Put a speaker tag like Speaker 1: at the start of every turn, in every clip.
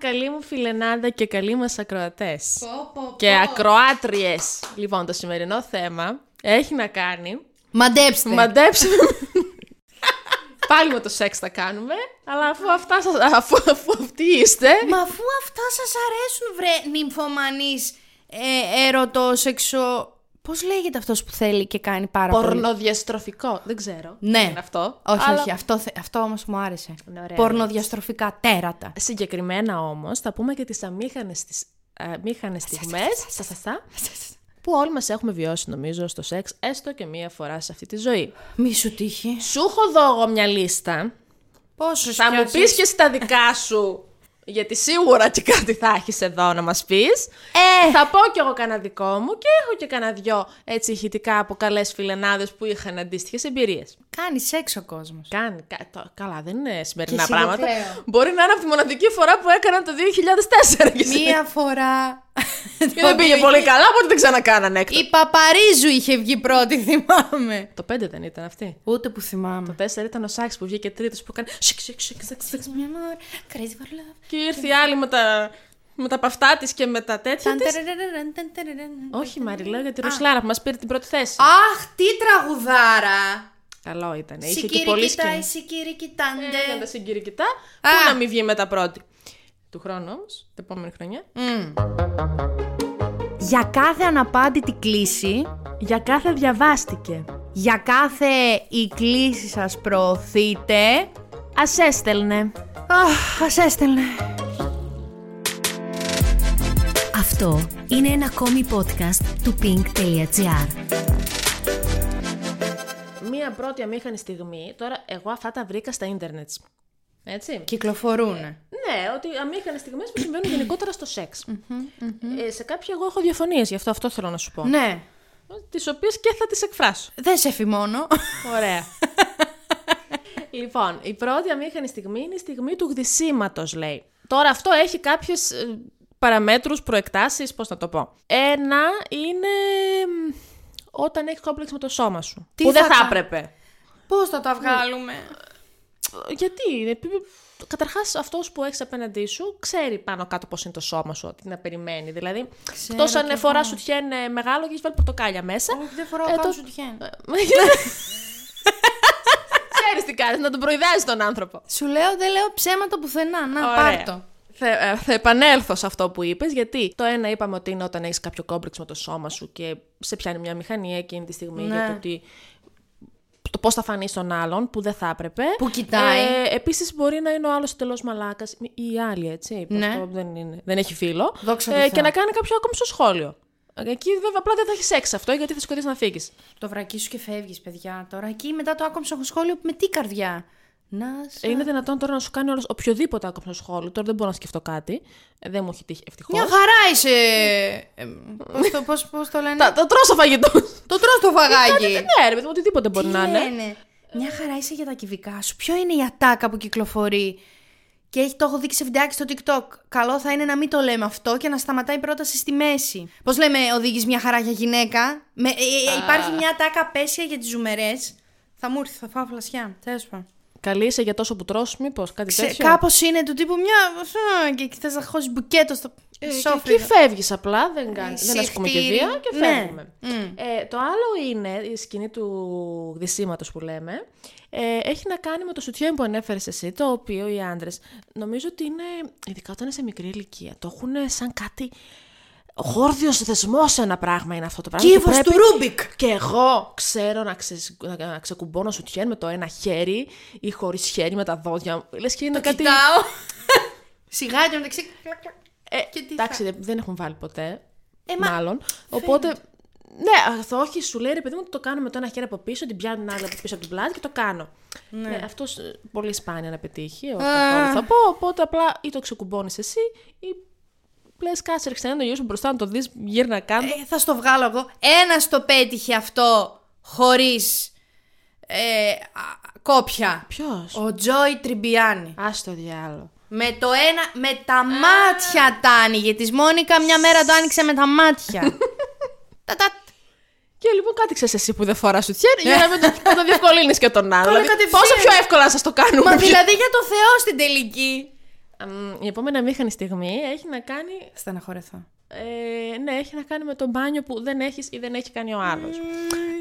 Speaker 1: Καλή μου φιλενάδα και καλοί μας ακροατές
Speaker 2: Πω, πω, πω.
Speaker 1: και ακροάτριες. Λοιπόν, το σημερινό θέμα έχει να κάνει...
Speaker 2: Μαντέψτε.
Speaker 1: Μαντέψτε με. Πάλι με το σεξ θα κάνουμε, αλλά αφού, αυτά σας, αφού, αφού αυτοί είστε...
Speaker 2: Μα αφού αυτά σας αρέσουν, βρε νυμφωμανείς, ε, έρωτο, σεξο... Πώς λέγεται αυτός που θέλει και κάνει πάρα πολύ.
Speaker 1: Πορνοδιαστροφικό, δεν ξέρω.
Speaker 2: Ναι.
Speaker 1: τι Είναι αυτό.
Speaker 2: Όχι,
Speaker 1: αλλά-
Speaker 2: όχι, αυτό, θε- αυτό όμως μου άρεσε.
Speaker 1: Είναι ωραία.
Speaker 2: Πορνοδιαστροφικά τέρατα.
Speaker 1: Συγκεκριμένα όμως, θα πούμε και τις αμήχανες, τις, ε, αμήχανες στιγμές σα, σα, σα, που όλοι μας έχουμε βιώσει νομίζω στο σεξ, έστω και μία φορά σε αυτή τη ζωή.
Speaker 2: Μη σου τύχει.
Speaker 1: Σου έχω δω εγώ μια λίστα
Speaker 2: Πόσο
Speaker 1: Θα μου πεις και εσύ τα δικά σου. Γιατί σίγουρα και κάτι θα έχεις εδώ να μας πεις.
Speaker 2: Ε,
Speaker 1: θα πω κι εγώ κανένα δικό μου και έχω και κανένα δυο έτσι ηχητικά από καλές φιλενάδες που είχαν αντίστοιχες εμπειρίες.
Speaker 2: κάνεις σεξ ο κόσμος.
Speaker 1: Κάνει, κα- το- καλά δεν είναι σημερινά
Speaker 2: Και
Speaker 1: πράγματα.
Speaker 2: σιλοκλαίω.
Speaker 1: Μπορεί να είναι από τη μοναδική φορά που έκαναν το 2004 και, συ-
Speaker 2: Μία φορά.
Speaker 1: και δεν πήγε πολύ καλά, οπότε δεν ξανακάνανε έκτοτε.
Speaker 2: Η Παπαρίζου είχε βγει πρώτη, θυμάμαι.
Speaker 1: Το 5 δεν ήταν αυτή.
Speaker 2: Ούτε που θυμάμαι.
Speaker 1: Το 4 ήταν ο Σάξ που βγήκε τρίτος που έκανε σικ, σικ, σικ, σικ, σικ.
Speaker 2: Μια μέρα, Crazy for love.
Speaker 1: και ήρθε η άλλη με τα, με τα παυτά της και με τα τέτοια
Speaker 2: Ταν
Speaker 1: της.
Speaker 2: τερερερερεν, ταν τερερερεν.
Speaker 1: Όχι, Μαρή, λέω για τη Ρουσλάρα που μας πήρε την πρώτη θέση.
Speaker 2: Αχ, τι τραγουδάρα!
Speaker 1: Καλό ήταν. Είχε και πολύ
Speaker 2: Σικυρικητά,
Speaker 1: σκηνή.
Speaker 2: η σικυρικητάντε.
Speaker 1: Έκανε τα συγκυρικητά.
Speaker 2: Α.
Speaker 1: Πού να μην βγει μετά πρώτη. Του χρόνου όμως, την επόμενη χρονιά.
Speaker 2: Για κάθε αναπάντητη κλίση,
Speaker 1: Για κάθε διαβάστηκε.
Speaker 2: για κάθε η κλίση σας προωθείτε,
Speaker 1: Ας έστελνε.
Speaker 2: αχ, ας έστελνε.
Speaker 3: Αυτό είναι ένα ακόμη podcast του pink.gr.
Speaker 1: Μία πρώτη αμήχανη στιγμή. Τώρα, εγώ αυτά τα βρήκα στα ίντερνετ. Έτσι.
Speaker 2: Κυκλοφορούν.
Speaker 1: Ναι, ότι αμήχανε στιγμές που συμβαίνουν γενικότερα στο σεξ. Ε, σε κάποια εγώ έχω διαφωνίες, γι' αυτό αυτό θέλω να σου πω.
Speaker 2: Ναι,
Speaker 1: Τις οποίες και θα τις εκφράσω.
Speaker 2: δεν σε φημώνω.
Speaker 1: Ωραία. λοιπόν, η πρώτη αμήχανη στιγμή είναι η στιγμή του γδυσίματος, λέει. Τώρα αυτό έχει ε, κάποιε παραμέτρους, προεκτάσεις, πώς να το πω. Ένα είναι μ, όταν έχεις κόμπλεξ με το σώμα σου.
Speaker 2: Τι
Speaker 1: που δεν
Speaker 2: θα
Speaker 1: θα
Speaker 2: κα-
Speaker 1: έπρεπε.
Speaker 2: Πώς θα τα βγάλουμε.
Speaker 1: Γιατί, είναι επί- καταρχάς αυτός που έχεις απέναντί σου ξέρει πάνω κάτω πώς είναι το σώμα σου, τι να περιμένει. Δηλαδή,
Speaker 2: Ξέρω
Speaker 1: εκτός αν
Speaker 2: κι
Speaker 1: φορά σου τιέν μεγάλο και έχεις βάλει πορτοκάλια μέσα.
Speaker 2: Όχι, δεν φοράω
Speaker 1: Ε,
Speaker 2: καν
Speaker 1: το-
Speaker 2: σουτιέν.
Speaker 1: Ξέρεις τι κάνεις, να τον προειδάζεις τον άνθρωπο.
Speaker 2: Σου λέω, δεν λέω ψέματα πουθενά. Να, πάρ' το.
Speaker 1: Θα, ε, θα επανέλθω σε αυτό που είπες, γιατί το ένα είπαμε ότι είναι όταν έχεις κάποιο κόμπλεξ με το σώμα σου και σε πιάνει μια μηχανία εκείνη τη στιγμή
Speaker 2: Ναι.
Speaker 1: για το ότι το πώς θα φανείς στον άλλον που δεν θα έπρεπε.
Speaker 2: Που κοιτάει.
Speaker 1: Ε, επίσης μπορεί να είναι ο άλλος εντελώς μαλάκας ή η άλλη, έτσι. που
Speaker 2: Ναι.
Speaker 1: Αυτό δεν, είναι, δεν έχει φίλο. Ε,
Speaker 2: Δόξα τω
Speaker 1: και
Speaker 2: Θεώ.
Speaker 1: να κάνει κάποιο άκομψο σχόλιο. Εκεί βέβαια απλά δεν θα έχεις σεξ αυτό γιατί θα σκοτήσεις να φύγεις.
Speaker 2: Το βρακί σου και φεύγεις, παιδιά. Τώρα εκεί μετά το άκομψο σχόλιο με τι καρδιά. Να σε.
Speaker 1: Ε, Είναι δυνατόν τώρα να σου κάνει όλος οποιοδήποτε άκομψο σχόλιο. Τώρα δεν μπορώ να σκεφτώ κάτι. Ε, Δεν μου έχει τύχει ευτυχώς.
Speaker 2: Μια χαρά είσαι. ε, πώς, το, πώς, πώς το λένε.
Speaker 1: Τα, τα τρώσω φαγητό.
Speaker 2: Το τρως το φαγάκι.
Speaker 1: Ναι, ρε παιδί μου, οτιδήποτε μπορεί
Speaker 2: Τι
Speaker 1: να είναι.
Speaker 2: λένε. Μια χαρά είσαι για τα κυβικά σου. Ποιο είναι η ατάκα που κυκλοφορεί. Και έχει, το έχω δείξει σε βιντεάκι στο TikTok. Καλό θα είναι να μην το λέμε αυτό και να σταματάει η πρόταση στη μέση. Πώς λέμε, οδηγείς μια χαρά για γυναίκα. Με, ε, ε, υπάρχει μια ατάκα απέσια για τις ζουμερές. Θα μου έρθει, θα φάω φλασιά. Τέλος πάντων.
Speaker 1: Καλή είσαι για τόσο που τρως, μήπως, κάτι
Speaker 2: Ξε,
Speaker 1: τέτοιο.
Speaker 2: κάπως είναι του τύπου μια. φα, και θες να χώσεις μπουκέτο στο
Speaker 1: Ε, και
Speaker 2: σόφρι.
Speaker 1: εκεί φεύγεις απλά, δεν, κάνεις, δεν
Speaker 2: Συχτήρι.
Speaker 1: ασκούμε και βία και
Speaker 2: Ε, Ναι.
Speaker 1: φεύγουμε.
Speaker 2: Μμ.
Speaker 1: Ε, το άλλο είναι, η σκηνή του δυσίματος που λέμε, ε, έχει να κάνει με το σουτιέν που ανέφερες εσύ, το οποίο οι άντρες νομίζω ότι είναι, ειδικά όταν είναι σε μικρή ηλικία, το έχουν σαν κάτι γόρδιος δεσμός ένα πράγμα είναι αυτό το πράγμα.
Speaker 2: Κύβος
Speaker 1: και
Speaker 2: του Ρούμπικ.
Speaker 1: Και εγώ ξέρω να, ξεσ... να- να ξεκουμπώνω σουτιέν με το ένα χέρι ή χωρίς χέρι με τα δόντια. μου. Λες και είναι κάτι...
Speaker 2: Κοιτάω. Σιγά και μεταξύ.
Speaker 1: Ε,
Speaker 2: Και τι
Speaker 1: εντάξει, δεν- δεν έχουν βάλει ποτέ.
Speaker 2: Ε, μα-
Speaker 1: μάλλον. Οπότε. Ναι, αυτό όχι, σου λέει ρε παιδί μου ότι το κάνω με το ένα χέρι από πίσω, την πιάνω την άλλη από πίσω από την πλάτη και το κάνω. Ναι. αυτό πολύ σπάνια να πετύχει. Εγώ καθόλου θα πω. Οπότε απλά ή το ξεκουμπώνεις εσύ ή λες κάτσε ρε ξένα το γιο σου μπροστά να το δεις, γύρνα κάνω.
Speaker 2: Ε, θα στο βγάλω εγώ. Ένα το πέτυχε αυτό χωρίς. Ε, α, κόπια.
Speaker 1: Ποιος.
Speaker 2: Ο Τζόι Τριμπιάνι.
Speaker 1: Ας το διάλογο.
Speaker 2: Με το ένα. Με τα μάτια τα άνοιγε. Της Μόνικα μια μέρα το άνοιξε με τα μάτια. Τα τα.
Speaker 1: Και λοιπόν κάτι ξέρει εσύ που δεν φοράς σου χέρι, για να μην το, το διευκολύνεις και τον άλλο.
Speaker 2: Καλά,
Speaker 1: δηλαδή,
Speaker 2: κατευθείαν.
Speaker 1: πόσο πιο εύκολα σας το κάνουμε.
Speaker 2: Μα
Speaker 1: πιο-
Speaker 2: δηλαδή για το Θεό στην τελική.
Speaker 1: μ, η επόμενη αμήχανη στιγμή έχει να κάνει.
Speaker 2: Στεναχωρεθώ.
Speaker 1: Ε, ναι, έχει να κάνει με το μπάνιο που δεν έχεις ή δεν έχει κάνει ο άλλος.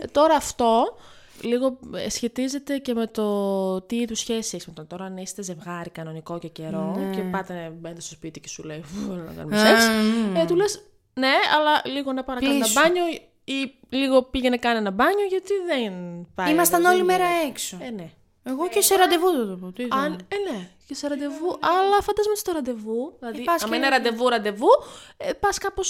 Speaker 1: Ε, Τώρα αυτό λίγο ε, σχετίζεται και με το τι είδους σχέση έχεις με τον. Τώρα αν είστε ζευγάρι κανονικό και καιρό
Speaker 2: Ναι.
Speaker 1: και πάτε μπαίνετε στο σπίτι και σου λέει «Φου, να κάνουμε σεξ, ε, του λες ναι, αλλά λίγο να πάρω να κάνω ένα
Speaker 2: Πλήσου.
Speaker 1: μπάνιο ή λίγο πήγαινε κάνε ένα μπάνιο γιατί δεν πάει.
Speaker 2: Ήμασταν
Speaker 1: δεν
Speaker 2: όλη μέρα
Speaker 1: γίνεται».
Speaker 2: έξω.
Speaker 1: Ε, ναι.
Speaker 2: Εγώ και σε ραντεβού το το πω. Τι ήταν.
Speaker 1: Αν, ε, ναι, και σε ραντεβού, αλλά φαντάζομαι στο ραντεβού. Δηλαδή,
Speaker 2: Ε, πας
Speaker 1: αν
Speaker 2: και-
Speaker 1: είναι ραντεβού, ραντεβού, ε, πας κάπως.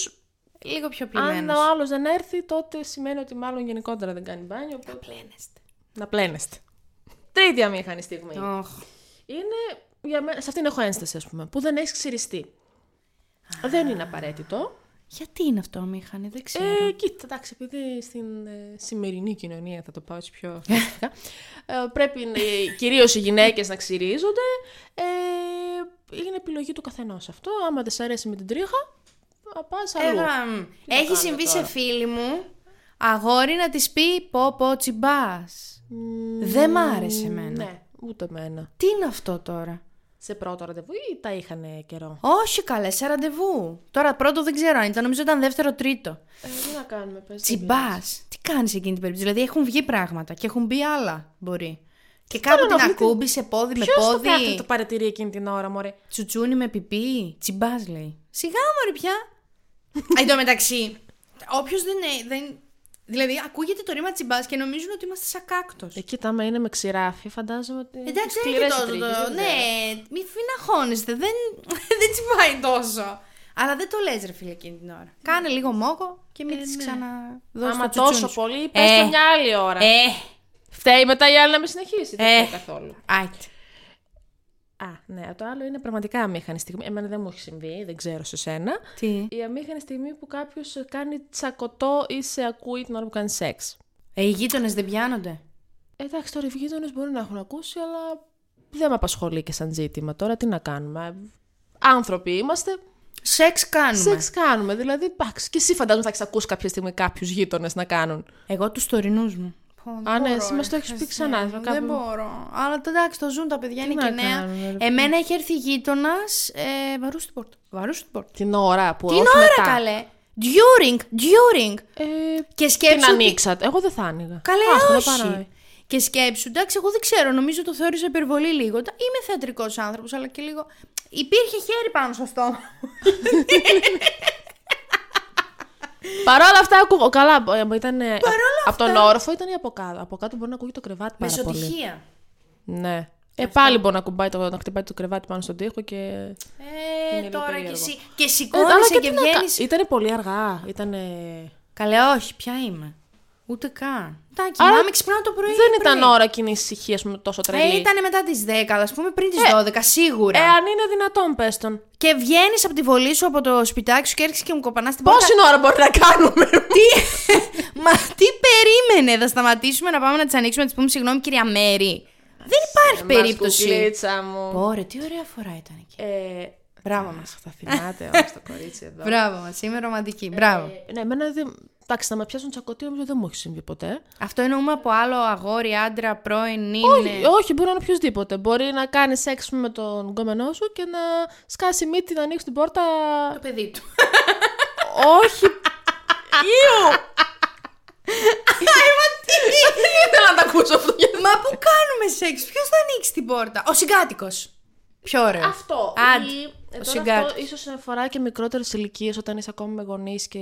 Speaker 2: Λίγο πιο
Speaker 1: Αν
Speaker 2: πλημμένος.
Speaker 1: ο άλλος δεν έρθει, τότε σημαίνει ότι μάλλον γενικότερα δεν κάνει μπάνιο. Οπότε...
Speaker 2: Πλένεστε.
Speaker 1: Να πλένεστε. Τρίτη αμήχανη στιγμή.
Speaker 2: Αχ.
Speaker 1: Είναι. Για μέ... Σε αυτήν έχω ένσταση, ας πούμε, που δεν έχεις ξυριστεί. Δεν είναι απαραίτητο.
Speaker 2: Γιατί είναι αυτό αμήχανη, δεν ξέρω.
Speaker 1: Ε, κοίτα, εντάξει, επειδή στην ε, σημερινή κοινωνία θα το πάω έτσι πιο χαρακτηριστικά, ε, πρέπει ε, κυρίως οι γυναίκες να ξυρίζονται. Ε, είναι επιλογή του καθενός αυτό. Άμα δεν σ' αρέσει με την τρίχα, θα πας αλλού.
Speaker 2: Έχει συμβεί σε φίλη μου αγόρι να της πει πω πω τσιμπάς. Δεν μ' άρεσε εμένα.
Speaker 1: ναι, ούτε εμένα.
Speaker 2: Τι είναι αυτό τώρα.
Speaker 1: Σε πρώτο ραντεβού ή τα είχαν καιρό.
Speaker 2: Όχι καλέ, σε ραντεβού. Τώρα πρώτο δεν ξέρω αν ήταν, νομίζω ήταν δεύτερο, τρίτο.
Speaker 1: Ε, τι να κάνουμε, πες.
Speaker 2: Τσιμπάς. Τι κάνεις εκείνη την περίπτωση. Δηλαδή έχουν βγει πράγματα και έχουν μπει άλλα. Μπορεί. Και κάπου την
Speaker 1: ενοχλεί, τι-
Speaker 2: ακούμπησε πόδι με
Speaker 1: Ποιος το
Speaker 2: πόδι.
Speaker 1: θεάτρο το παρατηρεί εκείνη την ώρα, μωρέ.
Speaker 2: Τσουτσούνι με πιπί. Τσιμπάς, λέει. Σιγά μωρή πια. Εν τω μεταξύ, όποιος δεν, ε, δεν. Δηλαδή, ακούγεται το ρήμα τσιμπάς και νομίζουν ότι είμαστε σαν κάκτος.
Speaker 1: Ε, κοίτα, άμα είναι με ξηράφι, φαντάζομαι ότι.
Speaker 2: Εντάξει, δεν είναι
Speaker 1: σκληρές
Speaker 2: και
Speaker 1: οι
Speaker 2: τόσο.
Speaker 1: τρίχες,
Speaker 2: το-
Speaker 1: Ε, δεν
Speaker 2: ναι,
Speaker 1: ξέρω.
Speaker 2: μη φυναχώνεστε. Δεν, δεν τσιμπάει τόσο. Αλλά δεν το λες, ρε φίλε, εκείνη την ώρα. Κάνε λίγο μόκο και μην τη ξαναδώσει.
Speaker 1: Ε, ναι. Άμα
Speaker 2: το τσουτσούνι
Speaker 1: τόσο
Speaker 2: σου.
Speaker 1: πολύ, πες
Speaker 2: Ε.
Speaker 1: το μια άλλη ώρα.
Speaker 2: Ε,
Speaker 1: Φταίει μετά η άλλη να με συνεχίσει. Δεν
Speaker 2: Ε.
Speaker 1: φταίει καθόλου.
Speaker 2: άιτ.
Speaker 1: Α, ναι, το άλλο είναι πραγματικά αμήχανη στιγμή. Εμένα δεν μου έχει συμβεί, δεν ξέρω σε σένα.
Speaker 2: Τι.
Speaker 1: Η αμήχανη στιγμή που κάποιος κάνει τσακωτό ή σε ακούει την ώρα που κάνει σεξ.
Speaker 2: Ε, οι γείτονες δεν πιάνονται.
Speaker 1: Ε, Εντάξει, τώρα οι γείτονες μπορεί να έχουν ακούσει, αλλά δεν με απασχολεί και σαν ζήτημα τώρα. Τι να κάνουμε. Άνθρωποι είμαστε.
Speaker 2: Ναι. Σεξ κάνουμε.
Speaker 1: Σεξ κάνουμε. Δηλαδή, εντάξει, και εσύ φαντάζομαι θα έχεις ακούσει κάποια στιγμή κάποιους γείτονες να κάνουν.
Speaker 2: Εγώ τους τωρινούς μου.
Speaker 1: Α, ναι, εσύ μας το έχεις πει ξανά, θα
Speaker 2: Δεν
Speaker 1: κάνουμε-
Speaker 2: μπορώ. Αλλά το εντάξει, το ζουν τα παιδιά, είναι
Speaker 1: να
Speaker 2: και νέα.
Speaker 1: κάνουμε, ρε
Speaker 2: Εμένα έχει έρθει γείτονας. Ε, βαρού την πόρτα. Βαρού την πόρτα.
Speaker 1: Την ώρα που.
Speaker 2: Την
Speaker 1: όχι
Speaker 2: ώρα
Speaker 1: μετά.
Speaker 2: καλέ. During, during.
Speaker 1: Ε,
Speaker 2: Και
Speaker 1: την
Speaker 2: σκέψου. ότι-
Speaker 1: ανοίξατε. Εγώ δεν θα άνοιγα.
Speaker 2: Καλέ,
Speaker 1: Άστο να
Speaker 2: όχι.
Speaker 1: παράει.
Speaker 2: Και σκέψου, εντάξει, εγώ δεν ξέρω, νομίζω το θεώρησα υπερβολή λίγο. Τα- Είμαι θεατρικός άνθρωπος, αλλά και λίγο. Υπήρχε χέρι πάνω σε αυτό.
Speaker 1: Παρ' όλα αυτά, ακούω. Καλά, ε, ήταν. ε, Από τον όροφο ήταν ή από κάτω. Από κάτω μπορεί να ακούγει το κρεβάτι πάρα πολύ.
Speaker 2: Μεσοτυχία.
Speaker 1: Ναι. Ε, πάλι μπορεί να, κουμπάει το, να χτυπάει το κρεβάτι πάνω στον τοίχο και.
Speaker 2: Ε,
Speaker 1: λίγο
Speaker 2: τώρα και
Speaker 1: περίεργο.
Speaker 2: εσύ. Και
Speaker 1: Ε, αλλά
Speaker 2: σηκώνεσαι και
Speaker 1: τι να κα-
Speaker 2: βγαίνεις.
Speaker 1: Ήτανε πολύ αργά. Ήτανε...
Speaker 2: Καλέ, όχι, ποια είμαι. Ούτε καν. Τα
Speaker 1: Άρα
Speaker 2: κοιμάμαι, ξυπνάω το πρωί.
Speaker 1: Δεν
Speaker 2: πρωί.
Speaker 1: ήταν ώρα κοινή ησυχίας με τόσο τρελή.
Speaker 2: Ε, ήταν μετά τις 10, ας πούμε, πριν τις 12, σίγουρα.
Speaker 1: Ε, αν είναι δυνατόν, πες τον.
Speaker 2: Και βγαίνεις από τη βολή σου από το σπιτάκι σου και έρχεσαι και μου κοπανάς την πόρτα.
Speaker 1: Πόση ώρα μπορεί να κάνουμε.
Speaker 2: Τι... Μα τι περίμενε, θα σταματήσουμε να πάμε να τις ανοίξουμε, να τη πούμε συγγνώμη, κυρία Μέρη. Δεν υπάρχει περίπτωση.
Speaker 1: Κουκλίτσα μου.
Speaker 2: Ωραία, τι ωραία φορά ήταν εκεί.
Speaker 1: Ε,
Speaker 2: Μπράβο μας.
Speaker 1: θα θυμάται όμω το κορίτσι εδώ.
Speaker 2: Μπράβο μας, είμαι ρομαντική. Μπράβο.
Speaker 1: Ε, ναι, εμένα δεν. Εντάξει, να με πιάσουν τσακωτή νομίζω δεν μου έχει συμβεί ποτέ.
Speaker 2: Αυτό εννοούμε από άλλο αγόρι, άντρα, πρώην,
Speaker 1: Όχι,
Speaker 2: είναι.
Speaker 1: Ε, όχι, μπορεί να είναι οποιοδήποτε. Μπορεί να κάνει σεξ με τον κομμενό σου και να σκάσει μύτη, να ανοίξει την πόρτα.
Speaker 2: Το παιδί του.
Speaker 1: όχι. Ιου!
Speaker 2: Ήθελα να τα ακούσω αυτό. Μα που κάνουμε σεξ, ποιος θα ανοίξει την πόρτα. Ο συγκάτοικος. Πιο ωραίος.
Speaker 1: Αυτό.
Speaker 2: Άντε,
Speaker 1: Ή, ε,
Speaker 2: ο
Speaker 1: τώρα αυτό
Speaker 2: συγκάτοικος.
Speaker 1: ίσως αφορά και μικρότερες ηλικίες όταν είσαι ακόμα με γονείς και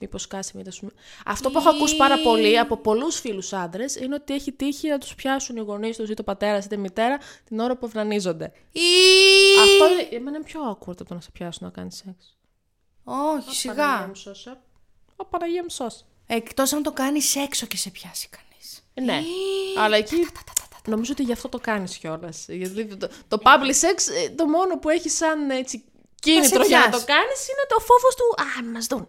Speaker 1: μήπως κάσει μύτη, ας πούμε. Αυτό που έχω ακούσει πάρα πολύ από πολλούς φίλους άντρες είναι ότι έχει τύχει να τους πιάσουν οι γονείς τους ή το πατέρα ή τη μητέρα την ώρα που ευνανίζονται.
Speaker 2: Ή...
Speaker 1: Αυτό είναι- εμένα είναι πιο awkward από το να σε πιάσουν να κάνεις σεξ.
Speaker 2: Όχι,
Speaker 1: Παναγία
Speaker 2: σιγά.
Speaker 1: μου σώσε. Ω, Παναγία μου σώσε.
Speaker 2: Εκτός αν το κάνει έξω και σε πιάσει κανείς.
Speaker 1: Ναι. Αλλά εκεί νομίζω ότι γι' αυτό το κάνεις κιόλας. Γιατί το, το public sex, ε, το μόνο που έχει σαν έτσι, κίνητρο για να
Speaker 2: πιάσει.
Speaker 1: το κάνεις είναι το φόβος του Α, να μας δουν.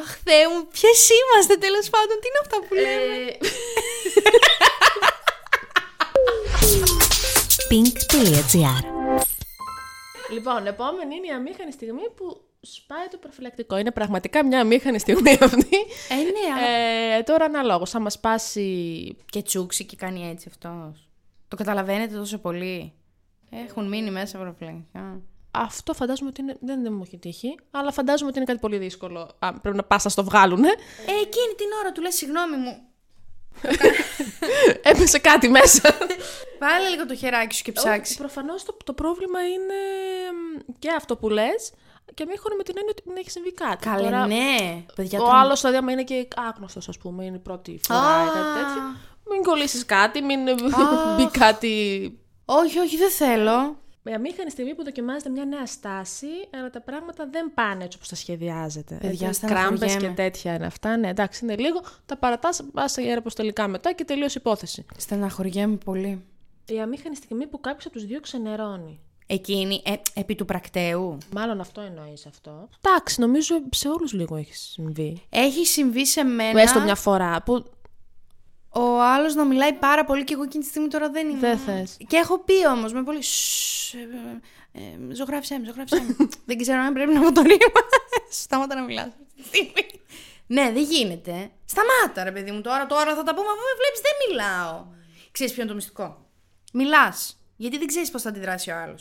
Speaker 2: Αχ, Θεέ μου, ποιες είμαστε τέλος πάντων, τι είναι αυτά που
Speaker 1: Ε,
Speaker 2: λέμε.
Speaker 3: pink.gr
Speaker 1: λοιπόν, επόμενη είναι η αμήχανη στιγμή που σπάει το προφυλακτικό. Είναι πραγματικά μια αμήχανη στιγμή αυτή.
Speaker 2: Ε, ναι, αλλά-
Speaker 1: Ε, τώρα αναλόγως. Αν μα σπάσει.
Speaker 2: Και τσούξει και κάνει έτσι αυτός. Το καταλαβαίνετε τόσο πολύ. Έχουν μείνει μέσα προφυλακτικά.
Speaker 1: Αυτό φαντάζομαι ότι είναι. Δεν, δεν μου έχει τύχει, αλλά φαντάζομαι ότι είναι κάτι πολύ δύσκολο. Α, πρέπει να πας να στο βγάλουνε.
Speaker 2: Ε, εκείνη την ώρα του λες συγγνώμη μου.
Speaker 1: Έπεσε κάτι μέσα.
Speaker 2: Βάλε λίγο το χεράκι σου και ψάξει.
Speaker 1: Προφανώς το, το πρόβλημα είναι μ, και αυτό που λες. Και μην χωρί με την έννοια ότι μην έχει συμβεί κάτι.
Speaker 2: Καλέ,
Speaker 1: Τώρα,
Speaker 2: ναι. Παιδιά,
Speaker 1: Ο
Speaker 2: τρώμε.
Speaker 1: άλλος, δηλαδή, άμα είναι και άγνωστος, ας πούμε, είναι η πρώτη φορά ή κάτι τέτοιο. Μην κολλήσεις κάτι, μην ε, μπει κάτι
Speaker 2: Όχι, όχι, δεν θέλω.
Speaker 1: Με αμήχανη στιγμή που δοκιμάζεται μια νέα στάση, αλλά τα πράγματα δεν πάνε έτσι όπως τα σχεδιάζεται.
Speaker 2: Παιδιά,
Speaker 1: κράμπε
Speaker 2: στεναχωριέμαι.
Speaker 1: και τέτοια είναι αυτά. Ναι, εντάξει, είναι λίγο. Τα παρατάς, πας σε αεροποστολικά μετά και τελείωσε η υπόθεση.
Speaker 2: Στεναχωριέμαι πολύ.
Speaker 1: Η αμήχανη στιγμή που κάποιος από τους δύο ξενερώνει.
Speaker 2: Εκείνη, ε, επί του πρακτέου.
Speaker 1: Μάλλον αυτό εννοείς αυτό. Εντάξει, νομίζω σε όλους λίγο έχει συμβεί.
Speaker 2: Έχει συμβεί σε μένα
Speaker 1: Έστω μια φορά που
Speaker 2: ο άλλος να μιλάει πάρα πολύ και εγώ εκείνη τη στιγμή τώρα δεν είμαι.
Speaker 1: δεν θες.
Speaker 2: Και έχω πει όμως με πολύ. «Σσσ, ε, ε, ε, Ζωγράφισε με, ζωγράφισε με. δεν ξέρω αν πρέπει να μου το ρήμα. Σταμάτα να μιλάς. ναι, δεν γίνεται. Σταμάτα, ρε παιδί μου, τώρα, τώρα θα τα πούμε. Αφού με βλέπεις, δεν μιλάω. Ξέρεις ποιο είναι το μυστικό. Μιλάς. Γιατί δεν ξέρεις πώς θα αντιδράσει ο άλλος.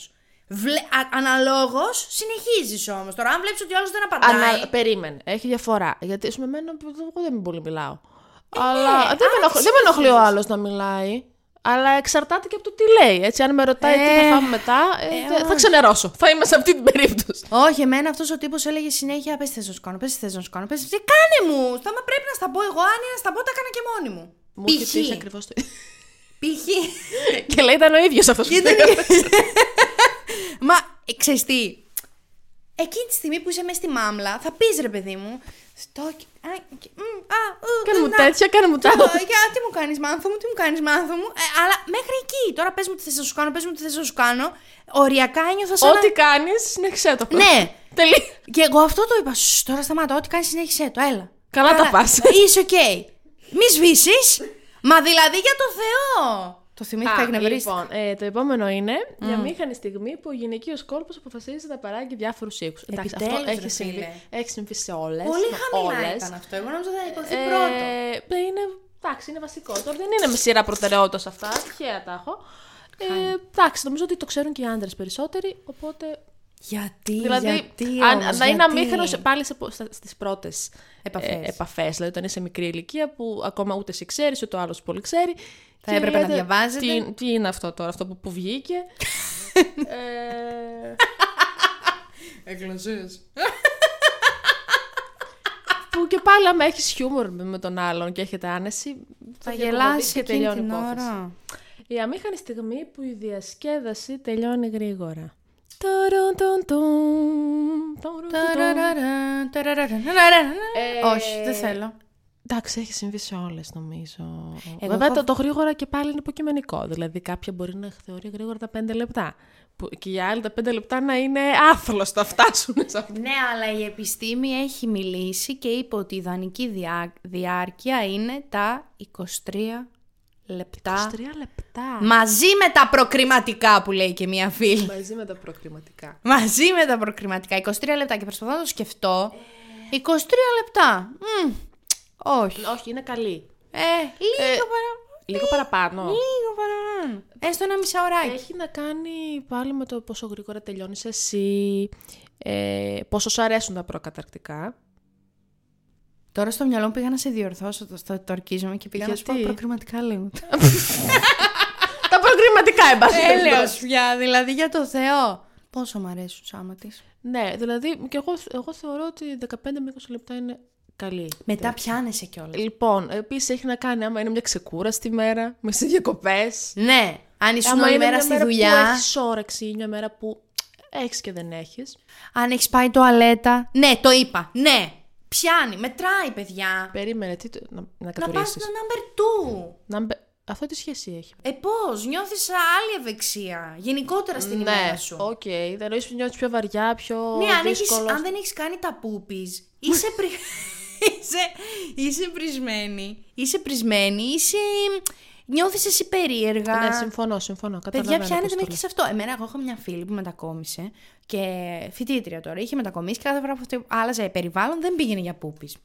Speaker 2: Βλε... Αναλόγως συνεχίζεις όμως. Τώρα, αν βλέπεις ότι ο άλλος δεν απαντάει.
Speaker 1: Ανα... Περίμενε, έχει διαφορά. Γιατί ας πούμε, εμένα, εγώ δεν πολύ μιλάω.
Speaker 2: Ε,
Speaker 1: αλλά δεν, με
Speaker 2: άρα
Speaker 1: ενοχ-
Speaker 2: τι
Speaker 1: δεν με ενοχλεί ο άλλος να μιλάει. Αλλά εξαρτάται και από το τι λέει. Έτσι, αν με ρωτάει τι
Speaker 2: Ε,
Speaker 1: θα φάμε μετά, ε,
Speaker 2: ε,
Speaker 1: δε- θα
Speaker 2: όχι.
Speaker 1: ξενερώσω. Θα είμαι σε αυτή την περίπτωση.
Speaker 2: Όχι, εμένα αυτός ο τύπος έλεγε συνέχεια: Πες τι θες να σου κάνω, πε τι θες να σου κάνω. Πες, τι κάνε μου! Στα μα πρέπει να στα πω εγώ, αν είναι να στα πω, τα έκανα και μόνη μου.
Speaker 1: Μου
Speaker 2: Π.χ.
Speaker 1: είχε τύχει ακριβώς το.
Speaker 2: Π.χ. Ε,
Speaker 1: και λέει ήταν ο ίδιος αυτός που
Speaker 2: Ήταν-
Speaker 1: ήταν.
Speaker 2: Μα ε, ξέρεις τι. Εκείνη τη στιγμή που είσαι μέσα στη μάμλα, θα πεις ρε παιδί μου. Στο. και- Α, και- μ, α, ου,
Speaker 1: Κάνε μου
Speaker 2: να,
Speaker 1: τέτοια, κάνε μου
Speaker 2: το,
Speaker 1: τάδε.
Speaker 2: για, τι μου κάνεις, μάνθο μου, τι μου κάνεις, μάνθο μου. Ε, αλλά μέχρι εκεί. Τώρα πες μου τι θες να σου κάνω, πες μου τι θες να σου κάνω. Οριακά ένιωθα σαν. να-
Speaker 1: Ό,τι κάνεις, συνέχισε το.
Speaker 2: Ναι,
Speaker 1: Τελείω.
Speaker 2: Και εγώ αυτό το είπα. Σου τώρα σταμάτα. Ό,τι κάνεις, συνέχισε το. Έλα. Ε,
Speaker 1: Καλά τα πας.
Speaker 2: Είσαι οκ. Μη σβήσεις. Μα δηλαδή για το Θεό. Το θυμήθηκα εκνευρίστηκα.
Speaker 1: λοιπόν, ε, το επόμενο είναι για μήχανη στιγμή που ο γυναικείος κόλπος αποφασίζει να παράγει διάφορους οίκους. Εντάξει, αυτό
Speaker 2: Επιτέλους, ρε
Speaker 1: έχει συμβεί,
Speaker 2: φίλε.
Speaker 1: έχει συμβεί σε όλες.
Speaker 2: Πολύ χαμηλά ήταν αυτό. Εγώ νόμιζα θα υποθεί
Speaker 1: Ε,
Speaker 2: πρώτο.
Speaker 1: ναι, είναι, εντάξει, είναι βασικό. Τώρα δεν είναι με σειρά προτεραιότητας αυτά. Τυχαία τα έχω. Ε, εντάξει, νομίζω ότι το ξέρουν και οι άντρες περισσότεροι. Οπότε.
Speaker 2: Γιατί,
Speaker 1: Δηλαδή,
Speaker 2: γιατί,
Speaker 1: αν,
Speaker 2: όμως,
Speaker 1: να είναι
Speaker 2: γιατί?
Speaker 1: αμήχανος πάλι σε, στις πρώτες
Speaker 2: ε, Επαφές.
Speaker 1: επαφές. Δηλαδή, όταν είσαι μικρή ηλικία που ακόμα ούτε εσύ ξέρεις, ούτε ο άλλος πολύ ξέρει.
Speaker 2: Θα
Speaker 1: Και
Speaker 2: έπρεπε να
Speaker 1: λέτε,
Speaker 2: διαβάζετε.
Speaker 1: Τι, τι είναι αυτό τώρα, αυτό που, που βγήκε. ε, που και πάλι, άμα έχεις χιούμορ με με τον άλλον και έχετε άνεση.
Speaker 2: Θα
Speaker 1: διακοπαδείς
Speaker 2: γελάσει
Speaker 1: και
Speaker 2: εκείνη
Speaker 1: τελειώνει η
Speaker 2: την
Speaker 1: υπόθεση.
Speaker 2: ώρα.
Speaker 1: Η αμήχανη στιγμή που η διασκέδαση τελειώνει γρήγορα. Ταραν, ταν, ταν, ταραν, ταν, ταν.
Speaker 2: Ταραραρα, ταραραραραρα.
Speaker 1: Ε,
Speaker 2: Όχι, δεν θέλω.
Speaker 1: Εντάξει, έχει συμβεί σε όλες νομίζω.
Speaker 2: Εγώ
Speaker 1: Βέβαια,
Speaker 2: έχω-
Speaker 1: το, το γρήγορα και πάλι είναι υποκειμενικό. Δηλαδή, κάποια μπορεί να θεωρεί γρήγορα τα πέντε λεπτά. Που, και οι άλλοι τα πέντε λεπτά να είναι άθλος να φτάσουν σε αυτό.
Speaker 2: Ναι, αλλά η επιστήμη έχει μιλήσει και είπε ότι η ιδανική διά- διάρκεια είναι τα 23 λεπτά.
Speaker 1: 23 λεπτά.
Speaker 2: Μαζί με τα προκριματικά που λέει και μία φίλη.
Speaker 1: Μαζί με τα προκριματικά.
Speaker 2: Μαζί με τα προκριματικά. 23 λεπτά και προσπαθώ να το σκεφτώ. 23 λεπτά. Μμμ. Όχι.
Speaker 1: Όχι, είναι καλή.
Speaker 2: Ε, λίγο παρα- Ε,
Speaker 1: Λίγο παραπάνω.
Speaker 2: λίγο παραπάνω. Έστω ένα μισάωράκι.
Speaker 1: Έχει να κάνει πάλι με το πόσο γρήγορα τελειώνεις εσύ, ε, πόσο σου αρέσουν τα προκαταρκτικά.
Speaker 2: Τώρα στο μυαλό μου πήγα να σε διορθώσω, το, το, το ορκίζομαι και πήγα να σου πω
Speaker 1: Γιατί?
Speaker 2: προκριματικά λίγο.
Speaker 1: τα προκριματικά, εν πάση περιπτώσει.
Speaker 2: Έλεος πια, δηλαδή για το Θεό. Πόσο μ' αρέσουν σάμα της.
Speaker 1: Ναι, δηλαδή και εγώ, εγώ θεωρώ ότι 15 με 20 λεπτά είναι καλή.
Speaker 2: Μετά πιάνεσαι κιόλας.
Speaker 1: Λοιπόν, επίσης έχει να κάνει άμα είναι μια ξεκούραστη μέρα, με σε διακοπές.
Speaker 2: Ναι, αν ήσουν
Speaker 1: Ε, Άμα
Speaker 2: όλη
Speaker 1: είναι
Speaker 2: μέρα
Speaker 1: μια
Speaker 2: στη
Speaker 1: μέρα
Speaker 2: δουλειά.
Speaker 1: Που έχεις όρεξη, ή μια μέρα που έχεις και δεν έχεις.
Speaker 2: Αν έχεις πάει τουαλέτα. Ναι, το είπα. Ναι. Πιάνει, μετράει, παιδιά.
Speaker 1: Περίμενε, τι, το- να, να
Speaker 2: Να πας στο
Speaker 1: κατουρίσεις.
Speaker 2: number two.
Speaker 1: Να μπε- Αυτό τι σχέση έχει.
Speaker 2: Ε, πώς, νιώθεις άλλη ευεξία. Γενικότερα στην
Speaker 1: Ναι.
Speaker 2: ημέρα σου.
Speaker 1: οκ. δεν νοείς που νιώθεις πιο βαριά, πιο
Speaker 2: Ναι, αν, έχεις,
Speaker 1: δύσκολο.
Speaker 2: αν δεν έχεις κάνει τα πούπη, είσαι, πρι... είσαι, είσαι πρισμένη. Είσαι πρισμένη, είσαι. Νιώθεις εσύ περίεργα.
Speaker 1: Ναι, συμφωνώ, συμφωνώ.
Speaker 2: Παιδιά,
Speaker 1: Καταλαβαίνω
Speaker 2: πιάνετε
Speaker 1: πώς το
Speaker 2: μέχρι και σε αυτό. Εμένα, εγώ είχα μια φίλη που μετακόμισε και φοιτήτρια τώρα. Είχε μετακομίσει και κάθε φορά που αυτή άλλαζε περιβάλλον δεν πήγαινε για πούπης.
Speaker 1: λες.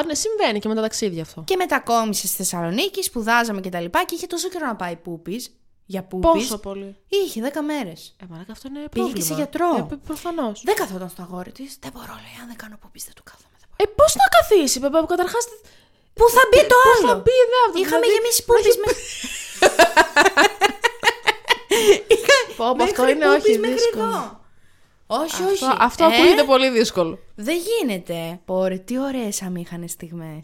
Speaker 1: Α, ναι, συμβαίνει και με τα ταξίδια αυτό.
Speaker 2: Και μετακόμισε στη Θεσσαλονίκη, σπουδάζαμε κτλ. Και, τα λοιπά και είχε τόσο καιρό να πάει πούπης. για πούπης.
Speaker 1: Πόσο πολύ.
Speaker 2: Είχε 10 μέρες.
Speaker 1: Ε, μαλάκα, αυτό είναι
Speaker 2: Πήγε
Speaker 1: πρόβλημα.
Speaker 2: και σε γιατρό.
Speaker 1: Ε, Προφανώς.
Speaker 2: Δεν καθόταν στο αγόρι της. Δεν μπορώ, λέει. Αν δεν κάνω πούπης δεν του κάθομαι. δεν μπορώ».
Speaker 1: Ε, πώς να καθίσει, παιδιά, που καταρχάς.
Speaker 2: Πού θα μπει το
Speaker 1: Πώ
Speaker 2: άλλο.
Speaker 1: θα μπει, ναι, αυτό.
Speaker 2: Είχαμε γεμίσει πούπης με.
Speaker 1: Πω, πω,
Speaker 2: μέχρι
Speaker 1: αυτό είναι
Speaker 2: πούπης,
Speaker 1: όχι
Speaker 2: μέχρι
Speaker 1: δύσκολο.
Speaker 2: εδώ. Όχι, όχι.
Speaker 1: Αυτό, αυτό
Speaker 2: Ε,
Speaker 1: ακούγεται πολύ δύσκολο.
Speaker 2: Δεν γίνεται. Πόρε, τι ωραίες αμήχανε στιγμέ.